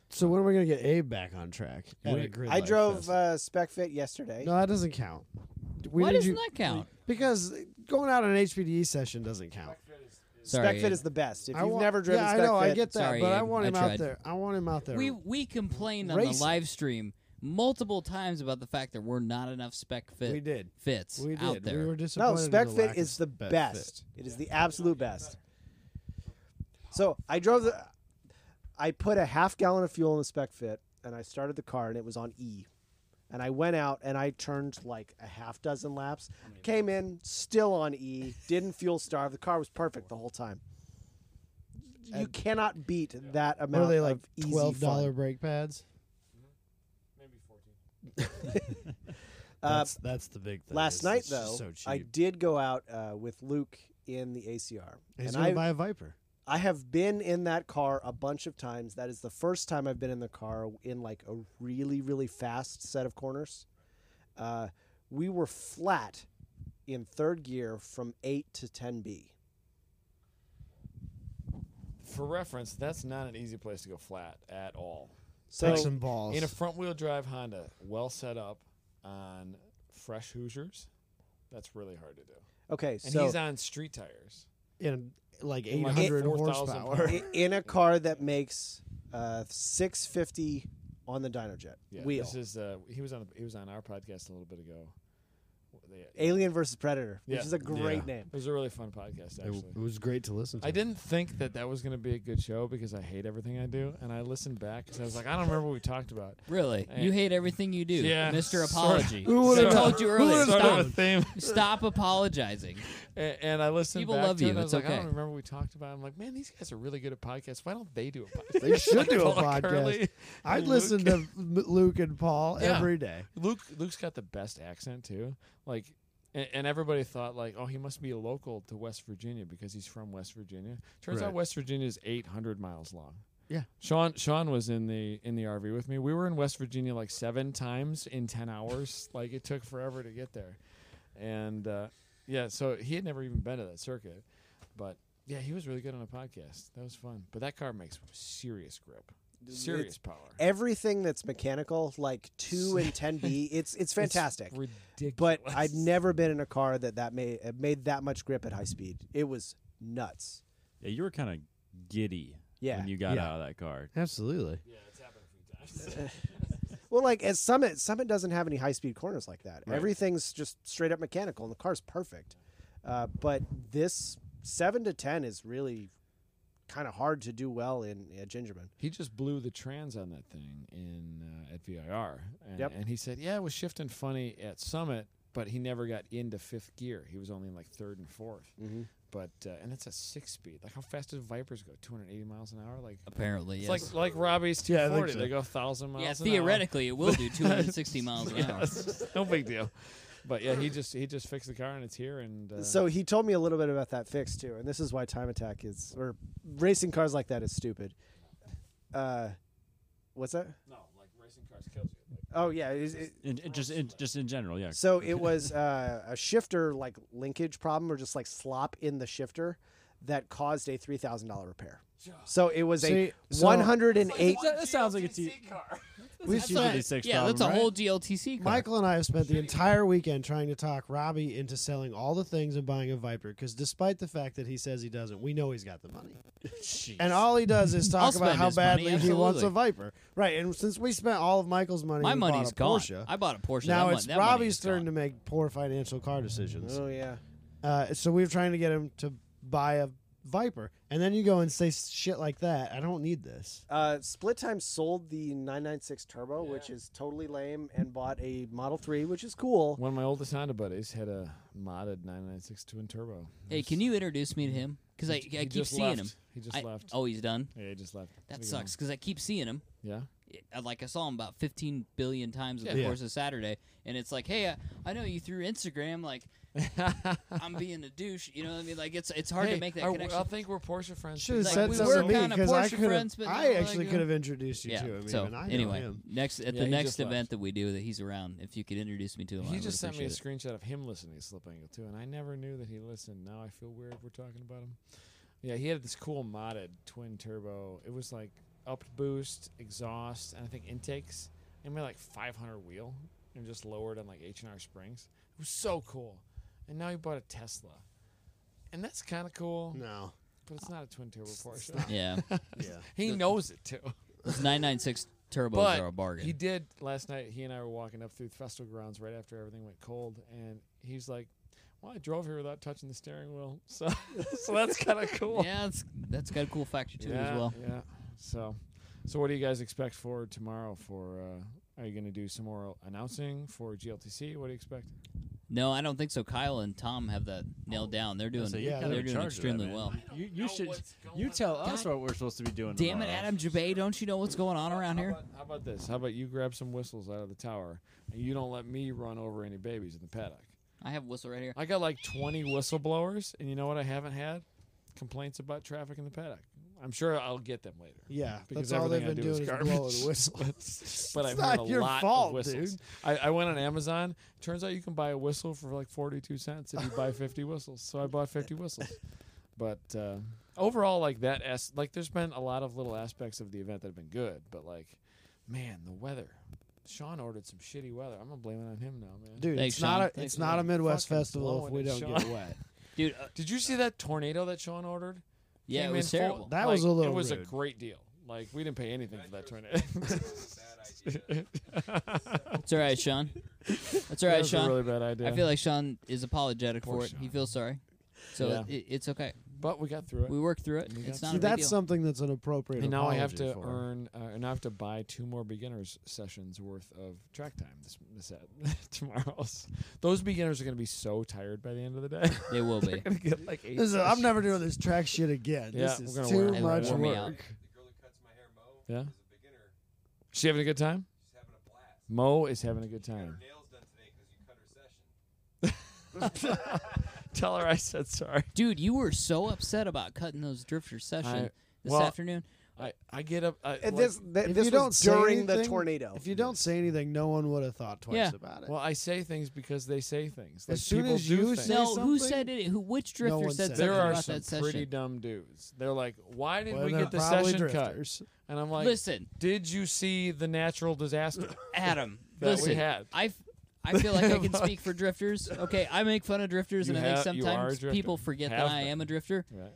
so when are we gonna get Abe back on track? at We- a grid I like drove this? uh, Spec Fit yesterday. no, that doesn't count. We why need doesn't you- that count? Because going out on an HPDE session E doesn't count. Sorry, SpecFit is the best. If I you've want- never driven yeah, SpecFit, I know, I get that, Sorry, but I Abe, want I him out tried. there. I want him out there. We we complained on Racist. the live stream multiple times about the fact there were not enough spec fit We did. fits we did. out there. We were No, disappointed. in the lack SpecFit of is the spec fit. best. It is the absolute best. So I drove the, I put a half gallon of fuel in the SpecFit, and I started the car, and it was on E, and I went out and I turned like a half dozen laps, came in still on E, didn't fuel starve. The car was perfect the whole time. You cannot beat that What amount are they like of easy twelve dollar fun. Mm-hmm. brake pads? Uh, That's, that's the big thing. last is night it's though, just so I cheap. did go out uh, with Luke in the ACR, and He's gonna I buy a Viper. I have been in that car a bunch of times. That is the first time I've been in the car in like a really, really fast set of corners. Uh, we were flat in third gear from 8 to 10B. For reference, that's not an easy place to go flat at all. So, Take some balls. In a front wheel drive Honda, well set up on fresh Hoosiers, that's really hard to do. okay, And so he's on street tires. in like In eight like hundred 4,000 horsepower. i- in a car that makes uh, 650 on the Dynojet Yeah, wheel, This is uh, he was on he was on our podcast a little bit ago. They- Alien versus Predator, which Yeah. is a great Yeah. name. It was a really fun podcast, It, actually. it was great to listen to. I didn't think that that was going to be a good show because I hate everything I do, and I listened back because I was like, I don't remember what we talked about. Really, Eh. you hate everything you do, Yeah. Mr. Sort of. Apology. Who would've I known? told you earlier. Sort of Stop, a theme. stop apologizing. And, and I listened People back love to it, you, and I it's was like, I okay. don't remember what we talked about. I'm like, man, these guys are really good at podcasts. Why don't they do a podcast? They should do a Paul and podcast. Curly. I'd Luke. listen to M- Luke and Paul Yeah. every day. Luke Luke's got the best accent too. Like and, and everybody thought like, oh, he must be local to West Virginia because he's from West Virginia. Turns out Right. West Virginia is 800 miles long. Yeah. Sean Sean was in the in the RV with me. We were in West Virginia like 7 times in 10 hours. like it took forever to get there. And uh, yeah, so he had never even been to that circuit. But yeah, he was really good on a podcast. That was fun. But that car makes serious grip. Serious power. Everything that's mechanical, like 2 and 10B, it's, it's It's fantastic. ridiculous. but I'd never been in a car that that made it made that much grip at high speed. It was nuts. Yeah, you were kind of giddy Yeah. when you got Yeah. out of that car. Absolutely. Well, like at Summit, Summit doesn't have any high speed corners like that. Right. Everything's just straight up mechanical, and the car's perfect. Uh, but this seven to ten is really kind of hard to do well in uh, Gingerman. He just blew the trans on that thing in uh, at VIR, and, Yep. and he said, "Yeah, it was shifting funny at Summit, but he never got into fifth gear. He was only in like third and 4th Mhm. But uh, and that's a six speed. Like how fast do Vipers go? Two hundred eighty miles an hour. Like Apparently, it's yes. like like Robbie's two Yeah, I think forty. so. They go thousand miles. yeah, an hour. theoretically, it will do 260 miles an hour. no big deal. But yeah, he just he just fixed the car and it's here. And uh, So he told me a little bit about that fix too, and this is why time attack is or racing cars like that is stupid. Uh, what's that? no, like racing cars kills you. Oh yeah, it, it, In, in- just in just in general, yeah. So it was uh, a shifter like linkage problem or just like slop in the shifter that caused a three thousand dollar repair. So it was See, a so- one hundred and eight. that sounds like a T. We That's It's usually a- six yeah, that's a problem, whole GLTC car. Michael and I have spent the entire weekend trying to talk Robbie into selling all the things and buying a Viper because despite the fact that he says he doesn't, we know he's got the money. And all he does is I'll talk about spend how his money, badly he wants a absolutely. Viper. Right, and since we spent all of Michael's money, My and bought money's a gone. Porsche, I bought a Porsche. now that mon- it's that money Robbie's is turn gone. to make poor financial car decisions. Oh yeah. Uh, so we're trying to get him to buy a Viper, and then you go and say shit like that. I don't need this. Uh, Split Time sold the nine nine six turbo, which is totally lame, and bought a Model Three, which is cool. One of my oldest Honda buddies had a modded 996 twin turbo. Hey, can you introduce me to him? Because I, He j- I he keep just seeing left. him. He just I- left. Oh, he's done. Yeah, he just left. That Leave him sucks because I keep seeing him. alone. Yeah. I- uh, Like I saw him about 15 billion times in the Yeah. course of Saturday, and it's like, hey, I, I know you through Instagram. Like, I'm being a douche. You know what I mean? Like, it's it's hard to Hey, make that are we- connection. I think we're Porsche friends. Should have Like, said we something to were me kinda because I Porsche could have. friends, but I not actually like- uh, could have introduced you yeah. to him. so even. I know anyway, him. next at Yeah, the he next just left. event that we do that he's around, if you could introduce me to him, I He would just sent me a appreciate screenshot of him listening to Slipangle too, and I never knew that he listened. Now I feel weird we're talking about him. Yeah, he had this cool modded twin turbo. It was like upped boost, exhaust, and I think intakes. It made like 500 wheel and just lowered on like H and R springs. It was so cool. And now he bought a Tesla, and that's kind of cool. No. but it's not a twin turbo Porsche. Yeah, He knows it too. those nine nine six turbos But are a bargain. He did last night. He and I were walking up through festival grounds right after everything went cold, and he's like, "Well, I drove here without touching the steering wheel, so so that's kind of cool." yeah, that's that's got a cool factor too yeah, as well. Yeah. So, so what do you guys expect for tomorrow? For uh, are you going to do some more announcing for GLTC? What do you expect? No, I don't think so. Kyle and Tom have that Oh. nailed down. They're doing So you're yeah, kind of they're in doing charge of that, extremely man. well. You, you should. You tell us what we're supposed to be doing. Damn it, tomorrow. Adam Jabay, don't you know what's going on around How here? about, how about this? How about you grab some whistles out of the tower, and you don't let me run over any babies in the paddock. I have a whistle right here. I got like 20 whistleblowers, and you know what? I haven't had complaints about traffic in the paddock. I'm sure I'll get them later. Yeah, Because that's all they've everything been I do doing is garbage. is, blow and whistle. But I've It's heard not a your lot fault, of whistles. dude. I, I went on Amazon. Turns out you can buy a whistle for like 42 cents if you buy 50 whistles. So I bought 50 whistles. But uh, overall, like that, as like there's been a lot of little aspects of the event that have been good. But like, man, the weather. Sean ordered some shitty weather. I'm gonna blame it on him now, man. Dude, Thanks, it's not Sean. a it's not a Midwest Fucking festival if blowing we it, don't Sean. get wet. Dude, uh, Did you see that tornado that Sean ordered? yeah, Came it was in full- terrible. That was a little It was a rude. great deal. Like we didn't pay anything for that tornado. That's all right, Sean. That's all right, was a Sean. really bad idea. I feel like Sean is apologetic Poor for it. He Sean. feels sorry. So Yeah. it, it- it's okay. but we got through it. We worked through it. We got It's not See, a big that's deal. something that's an appropriate. and now I have apology to for it. earn, uh, and I have to buy two more beginners sessions worth of track time this, this uh, tomorrow. Those beginners are going to be so tired by the end of the day. they will be. They're gonna get like eight This is, I'm sessions. never doing this track shit again. Yeah, this we're is gonna wear too it. much Wore me work. out. The girl that cuts my hair, Mo, Yeah. is a beginner. She having a good time? She's having a blast. Mo is having a good She got her time. nails done today because you cut her session. Tell her I said sorry. Dude, you were so upset about cutting those drifter session I- this well, afternoon. I, I get up. I, And like- this th- if this you was don't say during the anything- tornado. If you don't say anything, no one would have thought twice Yeah. about it. Well, I say things because they say things. Like As soon people as do you things. say No, who something? said it? Who? Which drifter one said said it. something there are about some that session? pretty dumb dudes. They're like, "Why did Well, we they're get the probably session drifters. cut?" And I'm like, Listen, did you see the natural disaster Adam. that listen, we had?" I f- I feel like I can speak for drifters. Okay, I make fun of drifters, You and I have- think you are a sometimes drifter. people forget that Have I been. am a drifter. Right.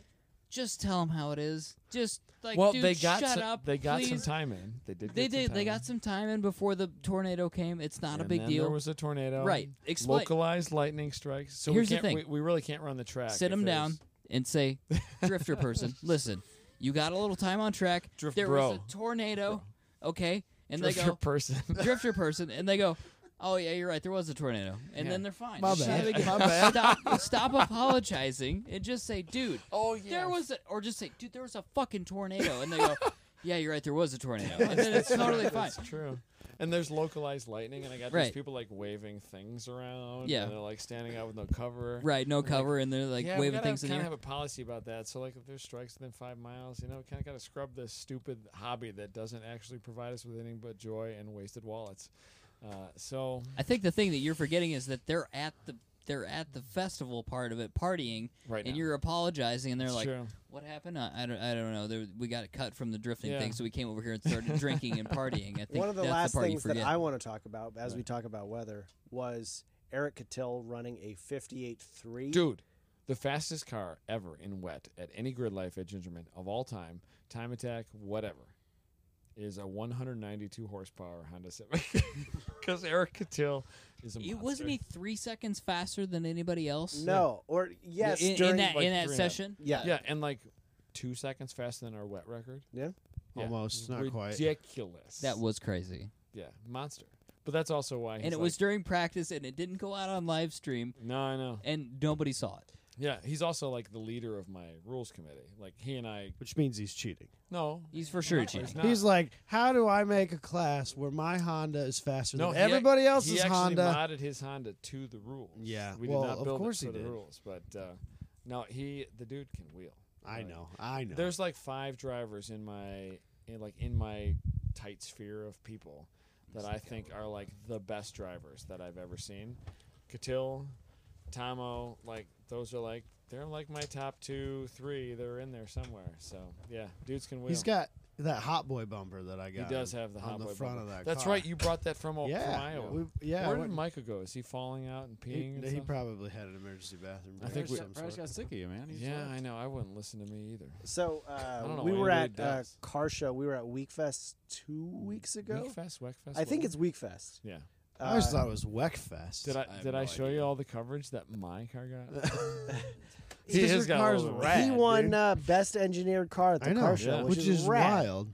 Just tell them how it is. Just like, well, dude, they got shut some, up. they got some please. time in. They did. They get some did. They time got some time in before the tornado came. It's not in. a And big then deal. There was a tornado. Right. Explain. Localized lightning strikes. So Here's the we can't, thing. We, we really can't run the track. Sit if him there's- down and say, "Drifter person, listen, you got a little time on track. Drift there was bro. a tornado, okay?" And Drifter they go, person. "Drifter person," and they go, "Oh yeah, you're right. There was a tornado." And Yeah. then they're fine. My Just bad. shut it My again. bad. Stop, stop apologizing and just say, "Dude, oh there was," a, or just say, "Dude, there was a fucking tornado," and they go. Yeah, you're right. There was a tornado, and then it's totally fine. That's true. And there's localized lightning, and I got Right. these people like waving things around. Yeah. And they're like standing out with no cover. Right, no cover, and they're like yeah, we waving gotta things in the kind of air. have a policy about that. So like, if there's strikes within five miles, you know, kind of got to scrub this stupid hobby that doesn't actually provide us with anything but joy and wasted wallets. Uh, so I think the thing that you're forgetting is that they're at the they're at the festival part of it partying, Right and now. you're apologizing, and they're It's like, true. "What happened? I, I don't I don't know. There, we got cut from the drifting Yeah. thing, so we came over here and started drinking and partying." I think One of the that's last the part you things that forget. I want to talk about as we talk about weather was Eric Cattell running a 58.3. Dude, the fastest car ever in wet at any grid life at Gingerman of all time, time attack, whatever, is a 192 horsepower Honda Civic. Because Eric Cattell is a it monster. wasn't he three seconds faster than anybody else. No, or yes, in, in during that like in that three and a half. session. yeah, Yeah, and like two seconds faster than our wet record. Yeah. Yeah. Almost, not quite. Ridiculous. That was crazy, yeah, monster. But that's also why. He's and it was during practice, and it didn't go out on live stream, like- No, I know. and nobody saw it. Yeah, he's also like the leader of my rules committee. Like he and I. Which means he's cheating. No, He's for sure cheating. he's not. He's like, how do I make a class where my Honda is faster No, than he ac- everybody he else's actually Honda? modded his Honda to the rules. Yeah. we Well, did not of build course it for he the did. rules, but uh, no, he the dude can wheel. I Like, know. I know. There's like five drivers in my in like in my tight sphere of people that I think are like the best drivers that I've ever seen. Catil, Tomo, like those are like they're like my top two, three. They're in there somewhere. So yeah, dudes can wheel. He's got that hot boy bumper that I He got. does on- have the on hot the boy front bumper. of that. That's car. right. You brought that from, O- yeah, from Iowa. we- yeah. Where I did went- Micah go? Is he falling out and he, peeing? and he stuff? probably had an emergency bathroom. I break think of we- some Probably sort. got sick of you, man. He's Yeah, left. I know. I wouldn't listen to me either. So I don't uh, know we why were anybody at uh, does. car show. We were at Weekfest two Mm, weeks ago. Weckfest, Weckfest. I think what- it's Weekfest. Yeah. Uh, I always thought it was Weckfest. Did I, I have did no I show idea. you all the coverage that my car got? It's 'cause your car's rad, he won dude. uh, best engineered car at the I know, car show, yeah. which, which is rad. wild.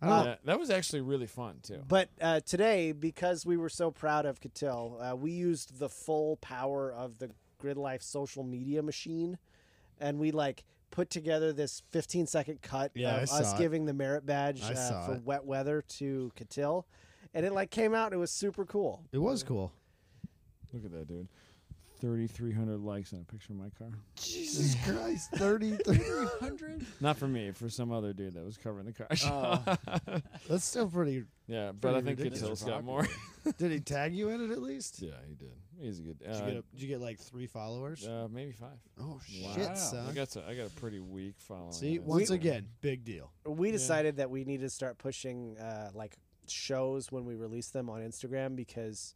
I don't, Yeah, that was actually really fun too. But uh, today, because we were so proud of Cattell, uh, we used the full power of the Grid Life social media machine, and we like put together this 15 second cut Yeah, I of us saw it. giving the merit badge I uh, saw for it. wet weather to Cattell, and it like came out. and It was super cool. it was cool. Look at that, dude. 3,300 likes on a picture of my car. Jesus Christ, thirty three. Not for me, for some other dude that was covering the car. Oh. That's still pretty. yeah, but I think ridiculous. Kitchell's got more. Did he tag you in it at least? yeah, he did. He's a good. Did you, Uh, get a- did you get like three followers? uh, maybe five. Oh shit, Wow. I son! got a, I got a pretty weak following. See, on once Instagram. again, big deal. We decided that we need to start pushing uh, like shows when we release them on Instagram because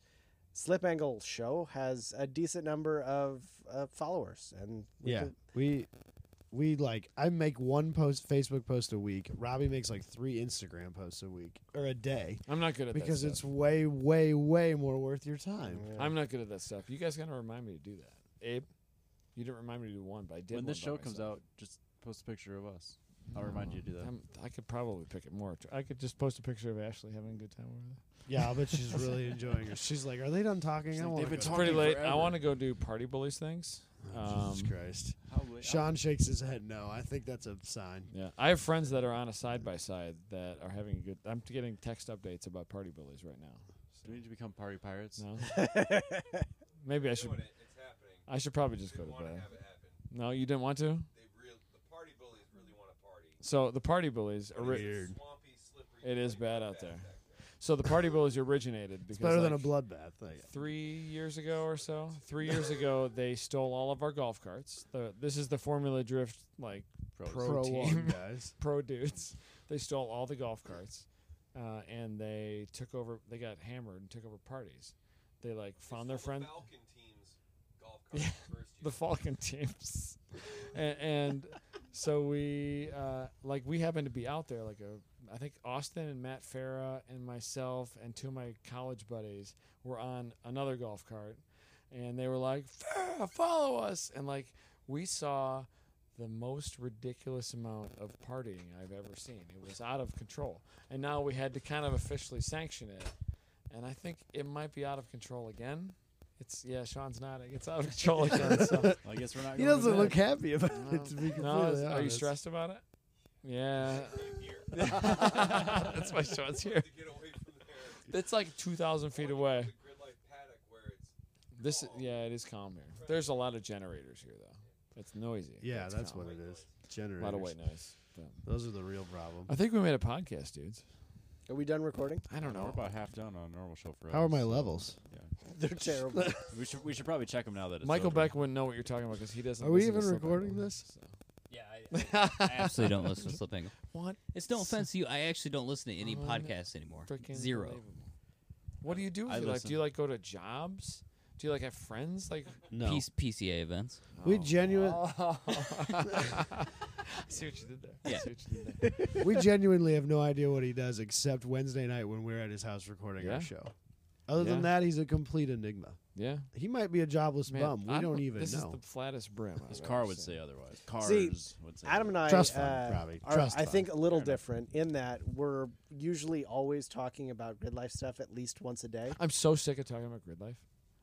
Slip Angle Show has a decent number of uh, followers, and we yeah, could- we we like I make one post Facebook post a week. Robbie makes like three Instagram posts a week or a day I'm not good at because that it's stuff. way way way more worth your time. I'm not good at that stuff. You guys gotta remind me to do that. Abe, you didn't remind me to do one, but I did. When this one show by comes myself. out, just post a picture of us. I'll remind you to do that. I'm, I could probably pick it more. I could just post a picture of Ashley having a good time over there. Yeah, but she's really enjoying it. She's like, "Are they done talking? I want to It's pretty late. I want to go do party bullies things. Um, Jesus Christ. How late- Sean shakes his head. No, I think that's a sign. yeah, I have friends that are on a side by side that are having a good. I'm getting text updates about party bullies right now. Do we need to become party pirates? No, maybe I should. Doing it, it's happening. I should probably just They go to want to bed. have it happen. No, you didn't want to. They real the party bullies really want to party. So the party bullies. But Ori- it's a Swampy, slippery. It is place bad that's out there. So the party bullies originated because It's better than a like, bloodbath. Like, three years ago or so. Three years ago, they stole all of our golf carts. The, this is the Formula Drift like Pros. pro, pro team. one guys. pro dudes. They stole all the golf carts, uh, and they took over. They got hammered and took over parties. They like They found their stole friend, the Falcon team's golf cart first year. the Falcon teams, and, and so we uh, like we happened to be out there. Like a, I think Austin and Matt Farah and myself and two of my college buddies were on another golf cart, and they were like, "Farah, follow us!" And like we saw the most ridiculous amount of partying I've ever seen. It was out of control. And now we had to kind of officially sanction it. And I think it might be out of control again. It's yeah, Sean's nodding. It's out of control again. So. I guess we're not. He going to doesn't bed. look happy about No. it. To be completely No, is- are you honest. stressed about it? Yeah. That's why Sean's here. to get away from there. It's like 2,000 feet away. The grid light paddock where it's This yeah, it is calm here. There's a lot of generators here though. It's noisy. but Yeah, it's that's calm. what it is. A Generators. lot of white noise. but- Those are the real problem. I think we made a podcast, dudes. Are we done recording? I don't We're know. about half done on a normal show for How are us. my levels? They're terrible. We should we should probably check them now that it's Michael over. Beck wouldn't know what you're talking about because he doesn't. Are we listen to even Slip recording Angle, this? so. Yeah, I, I absolutely don't listen to Slip Angle. What? It's no offense to you. I actually don't listen to any Un- podcasts anymore. Oh, Freaking Zero. unbelievable. What do you do? With I your life? Do listen. you like go to jobs? Do you like have friends? Like No. P- PCA events. We genuine. I see what you did there. I Yeah. see what you did there. we genuinely have no idea what he does except Wednesday night when we're at his house recording Yeah. our show. Other Yeah. than that, he's a complete enigma. Yeah, He might be a jobless Man, bum. We I'm- don't even this know. is the flattest brim. His I've car ever would seen. say otherwise. Cars would say. Adam and I Trust fund, uh, probably. are, Trust I fund. think, a little different in that we're usually always talking about grid life stuff at least once a day. I'm so sick of talking about grid life.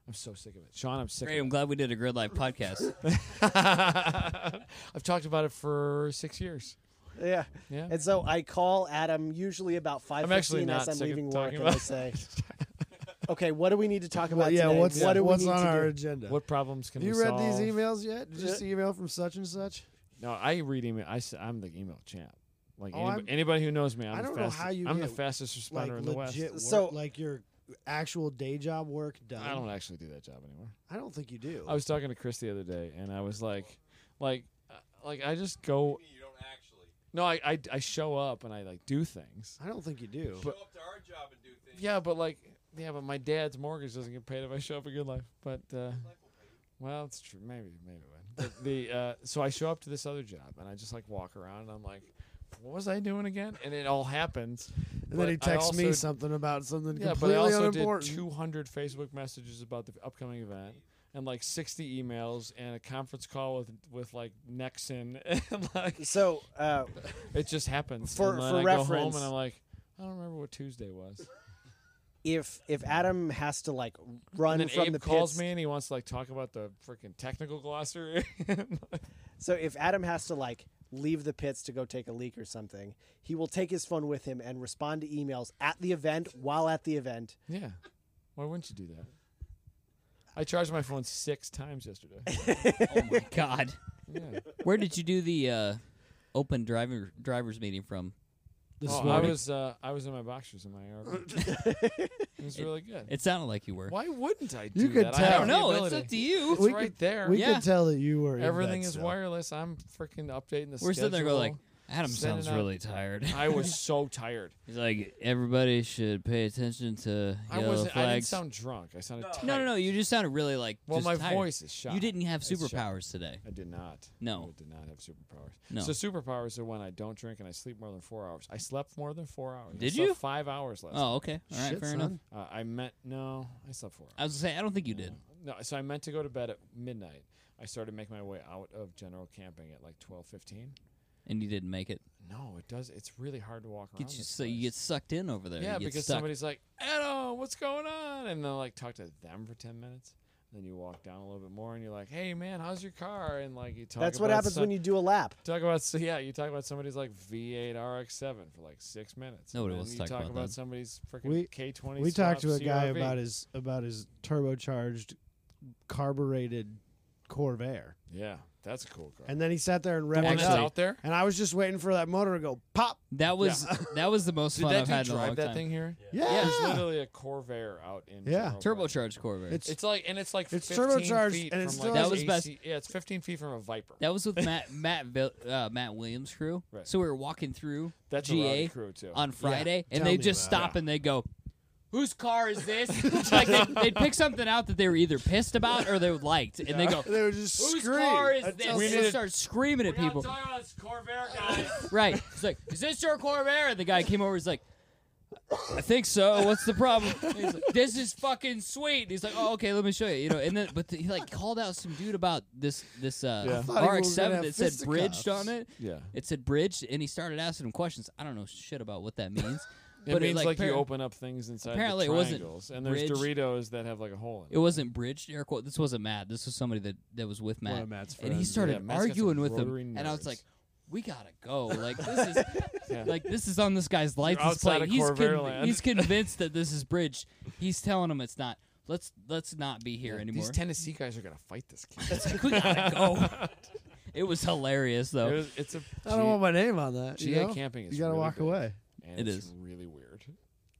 I'm so sick of it, Sean. I'm sick. Great. I'm Of glad we did a Grid Life podcast. it. I've talked about it for six years. Yeah. Yeah. And so I call Adam usually about five actually fifteen as not I'm sick of leaving work, talking and I about- say, "Okay, what do we need to talk about Well, yeah, today? what's what do what's we need on to our do?" agenda? What problems can have you we read solve? these emails yet? Did you see email from such and such? No, I read email. I, am the email champ. Like Oh, anybo- I'm- anybody who knows me, I'm I the don't know fastest, how you I'm the get, fastest responder Like in the West. legit work, So- like your actual day job work done. I don't actually do that job anymore. I don't think you do. I was talking to Chris the other day, and I was like, like, uh, like I just go. you don't actually. No, I, I I show up and I like do things. I don't think you do. Show up to our job and do things. Yeah, but like yeah, but my dad's mortgage doesn't get paid if I show up a good life. But uh, well, it's true. Maybe maybe it would. But the uh, so I show up to this other job and I just like walk around and I'm like, what was I doing again? And it all happens. and then he but I texts me also- something about something Yeah, but completely I also did unimportant. 200 Facebook messages about the upcoming event and like 60 emails and a conference call with with like Nexon. And like So, uh, it just happens. For- and then for I go home reference- and I'm like, I don't remember what Tuesday was. if if Adam has to like run And then from Abe the calls pits, me and he wants to like talk about the freaking technical glossary. so if Adam has to like leave the pits to go take a leak or something, he will take his phone with him and respond to emails at the event while at the event. yeah, why wouldn't you do that? I charged my phone six times yesterday. oh my god. Yeah. Where did you do the uh, open driver drivers meeting from? This Oh, I morning. was uh, I was in my boxers in my yard. it was really good. It sounded like you were. Why wouldn't I do You could that? tell. have I don't the know. It's ability. up to you. It's We right there. we Yeah. could tell that you were. in Everything bed is still. wireless. I'm freaking updating the We're schedule. sitting there going like, Adam Sending sounds out- really tired. I was so tired. He's like, everybody should pay attention to I yellow wasn't. I didn't flags. sound drunk. I sounded tired. no, no, no. You just sounded really like. Well, just my tired. voice is shot. You didn't have It's shot. superpowers today. I did not. No. I did not have superpowers. No. So superpowers are when I don't drink and I sleep more than four hours. I slept more than four hours. I Did slept you? Five hours last. Oh, okay. All right, Shit, fair son. enough. night. Uh, I meant no. I slept four. hours. I was gonna say, I don't think you did. No, so I meant to go to bed at midnight. I started making my way out of general camping at like twelve fifteen. And you didn't make it. No, it does. It's really hard to walk around. Get you, this so you place. get sucked in over there. Yeah, you get because stuck. somebody's like, Edo, what's going on? And then like talk to them for ten minutes. And then you walk down a little bit more and you're like, Hey man, how's your car? And like you talk That's what happens when you do a lap. talk about so yeah, you talk about somebody's like V eight RX seven for like six minutes. Nobody And wants then to you talk talk about about that. somebody's We- freaking K twenty. We talked to a guy about his about his turbocharged, carbureted Corvair, Yeah, that's a cool car. and then he sat there and the read one it that's up. out there? And I was just waiting for that motor to go pop. that was that was the most Did fun that I've dude had in a drive long that time. thing here? Yeah, There's literally a Corvair out in Yeah. General Growth. Turbocharged Corvair. it's, It's like and it's like It's 15 turbocharged feet and it's from like still- That an was best- AC Yeah, it's 15 feet from a Viper. That was with Matt Matt Vil- uh, Matt Williams crew. Right. So we were walking through That's a GA rowdy crew too. on Friday, Tell and they me just about it. stop and they go, "Whose car is this?" like they, they'd pick something out that they were either pissed about or they liked, and they go, they would just "Whose scream. car is this?" we and needed- start screaming at people. about this Corvair, guys. Right? It's like, "Is this your Corvair?" And the guy came over. He's like. I think so. What's the problem? And he's like, this is fucking sweet. And he's like, oh, okay, let me show you. You know, and then but he like called out some dude about this this uh, thought he was gonna RX-7 have that said fisticuffs. bridged on it. yeah. It said bridge, and he started asking him questions. I don't know shit about what that means. It but means like, like, you par- open up things inside apparently it the wasn't triangles, and there's bridge. Doritos that have like a hole in It wasn't bridged, air quote. This wasn't Matt. This was somebody that, that was with Matt. of Matt's and he friends. started Yeah, Matt's got arguing some with him, rotary and I was nerves. like, "We gotta go. Like this is Yeah. like this is on this guy's license outside plate. of He's Corvair land. he's convinced that this is bridged. He's telling him it's not. Let's let's not be here it. anymore. Tennessee guys are gonna fight this kid. It's like, we gotta go. it was hilarious though. It was- it's a I don't want my name on that. GA you know? camping is You gotta really walk big, away. And It it's is. really weird.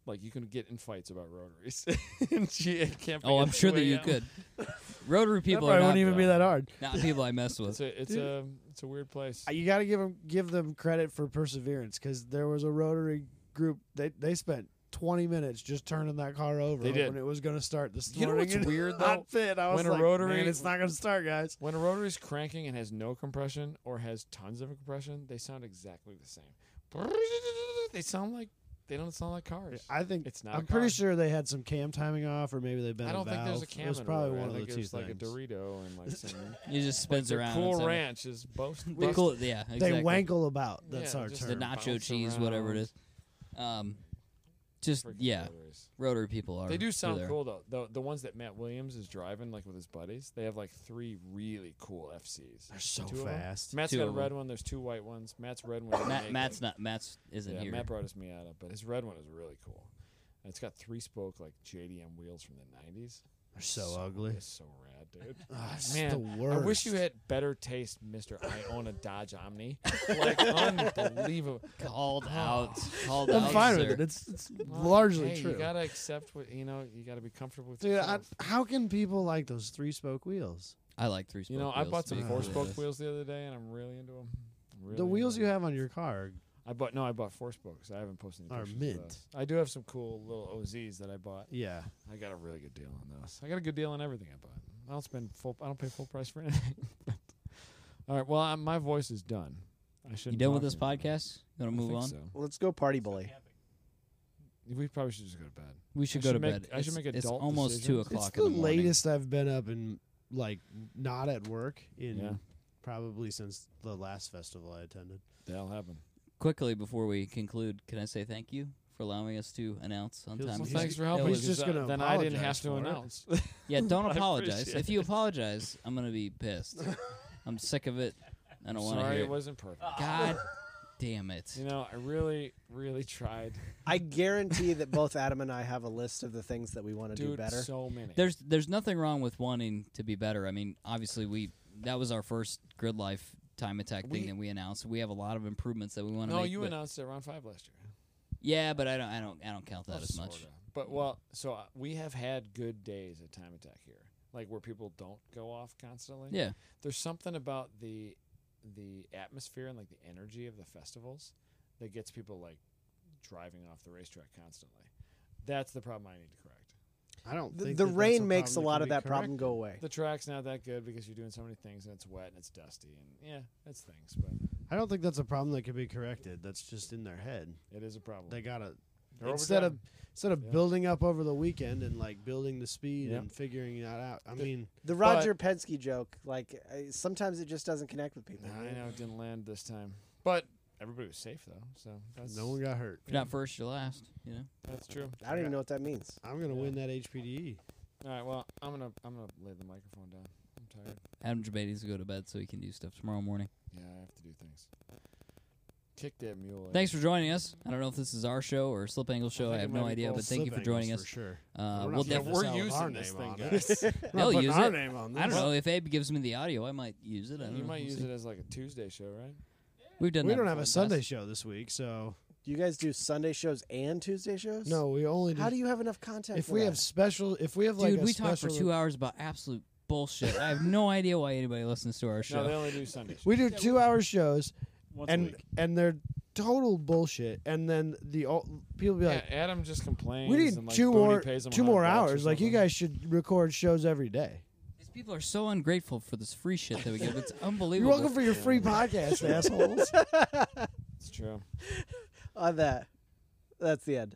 Like you can get in fights about rotaries in GA camping. oh, at I'm sure that 2 you a.m.. could. Rotary people that are probably not, wouldn't even be that hard. not people I mess with. It's a it's a it's a weird place. Uh, You got to give them give them credit for perseverance because there was a Rotary group they they spent. 20 minutes just turning that car over They did. when it was going to start this You know morning. what's It weird, did not though? fit. I was When a like, Rotary- "Man, it's not going to start, guys. When a rotary's cranking and has no compression or has tons of compression, they sound exactly the same. They sound like they don't sound like cars. I think It's not I'm a pretty car. sure they had some cam timing off, or maybe they bent. I don't a think there's a valve. cam. It was in a probably rotor. one I of the think two it's like things. a Dorito and like some. He just spins the around. and cool stuff. ranch is both. The cool, yeah, they exactly. wankle about. That's Yeah, our just term. the nacho bounce cheese, whatever it around. is. Um, just freaking yeah, rotaries. rotary people are. They do are sound there. cool though. The the ones that Matt Williams is driving like with his buddies, they have like three really cool FCs. They're so Two of 'em? fast. Matt's Two got a of 'em. red one. There's two white ones. Matt's red one. is Matt, naked. Matt's not. Matt's isn't yeah, here. Matt brought us Miata, but his red one is really cool. And it's got three spoke like JDM wheels from the '90s. They're so ugly. It's so rad, dude. Ah, it's Man, the worst. I wish you had better taste, Mister. I own a Dodge Omni. Like unbelievable. called out. Called I'm out. fine sir. with it. It's, it's Well, largely hey, true. You gotta accept what you know. You gotta be comfortable with Dude, I, yourself. how can people like those three spoke wheels? I like three. you know, spoke I wheels, bought to some be four completely spoke honest. wheels the other day, and I'm really into them. Really the wheels good. you have on your car. I bought no, I bought Force books. I haven't posted any Are pictures of mint. those. I do have some cool little OZs that I bought. Yeah. I got a really good deal on those. I got a good deal on everything I bought. I don't spend full. I don't pay full price for anything. All right. Well, I, my voice is done. I should. You done with this podcast? You want to move on? So. Well, let's go party bully. We probably should just go to bed. We should I go should to make- bed. I should It's- make It's adult almost two decisions. o'clock. it's the, in the morning. latest I've been up and like not at work in Yeah. probably since the last festival I attended. That'll happen. Quickly before we conclude, can I say thank you for allowing us to announce on Feels time? Well, He's- thanks for That helping. was- he's just because, uh, gonna then I didn't apologize have to for it. announce. Yeah, don't I apologize. appreciate If you apologize, I'm gonna be pissed. I'm sick of it. I don't want to Sorry, hear it it. wasn't perfect. Ah. God damn it! You know, I really, really tried. I guarantee that both Adam and I have a list of the things that we want to Dude, do better. so many. There's there's nothing wrong with wanting to be better. I mean, obviously we that was our first grid life time attack thing We- that we announced. We have a lot of improvements that we want to no, make. you but- announced it round five last year. yeah, but I don't I don't I don't count that Well, as much. sorta. But well, so uh, we have had good days at Time Attack here, like where people don't go off constantly. Yeah, There's something about the the atmosphere and like the energy of the festivals that gets people like driving off the racetrack constantly. That's the problem I need to correct. I don't The, think the that that's rain makes a problem lot can of be that problem corrected. go away. The track's not that good because you're doing so many things and it's wet and it's dusty and yeah, that's things, but I don't think that's a problem that can be corrected. That's just in their head. it is a problem. They gotta They're instead of overdone. instead of Yeah. building up over the weekend and like building the speed Yeah. and figuring that out. I mean, The Roger Penske joke, like uh, sometimes it just doesn't connect with people. Nah, I know it didn't land this time, but everybody was safe though, so that's no one got hurt. if you're not first, you're last. You know. that's true. I don't even know what that means. I'm gonna Yeah. win that HPDE. All right, well, I'm gonna I'm gonna lay the microphone down. I'm tired. Adam Jabate needs to go to bed so he can do stuff tomorrow morning. Yeah, I have to do things. Kick that mule. Thanks for joining us. I don't know if this is our show or Slip Angle show. I, think it have might no be idea, called but thank you for Slip joining angles us. for sure. Uh, We're we'll not yeah, definitely we're selling our using this name thing, on guys. We're They'll not putting use our it. name on I don't this. know if Abe gives me the audio. I might use it. I don't You know. might We'll use see. it as like a Tuesday show, right? We've done. We that don't before in have a the Sunday past. show this week, so Do you guys do Sunday shows and Tuesday shows? no, we only. Do, How do you have enough content? if for we that? have special, if we have like Dude, a we talked for special- two hours about absolute bullshit. I have no idea why anybody listens to our show. No, they only do Sundays. We do two hour shows, Once a and week. and they're total bullshit. And then the all, people be yeah, like, Adam just complains. we need and, like, two Booney more pays him two more 100 bucks or hours. Like you something. guys should record shows every day. These people are so ungrateful for this free shit that we give. It's You're unbelievable. welcome for your free podcast, assholes. It's true. on Uh, that, that's the end.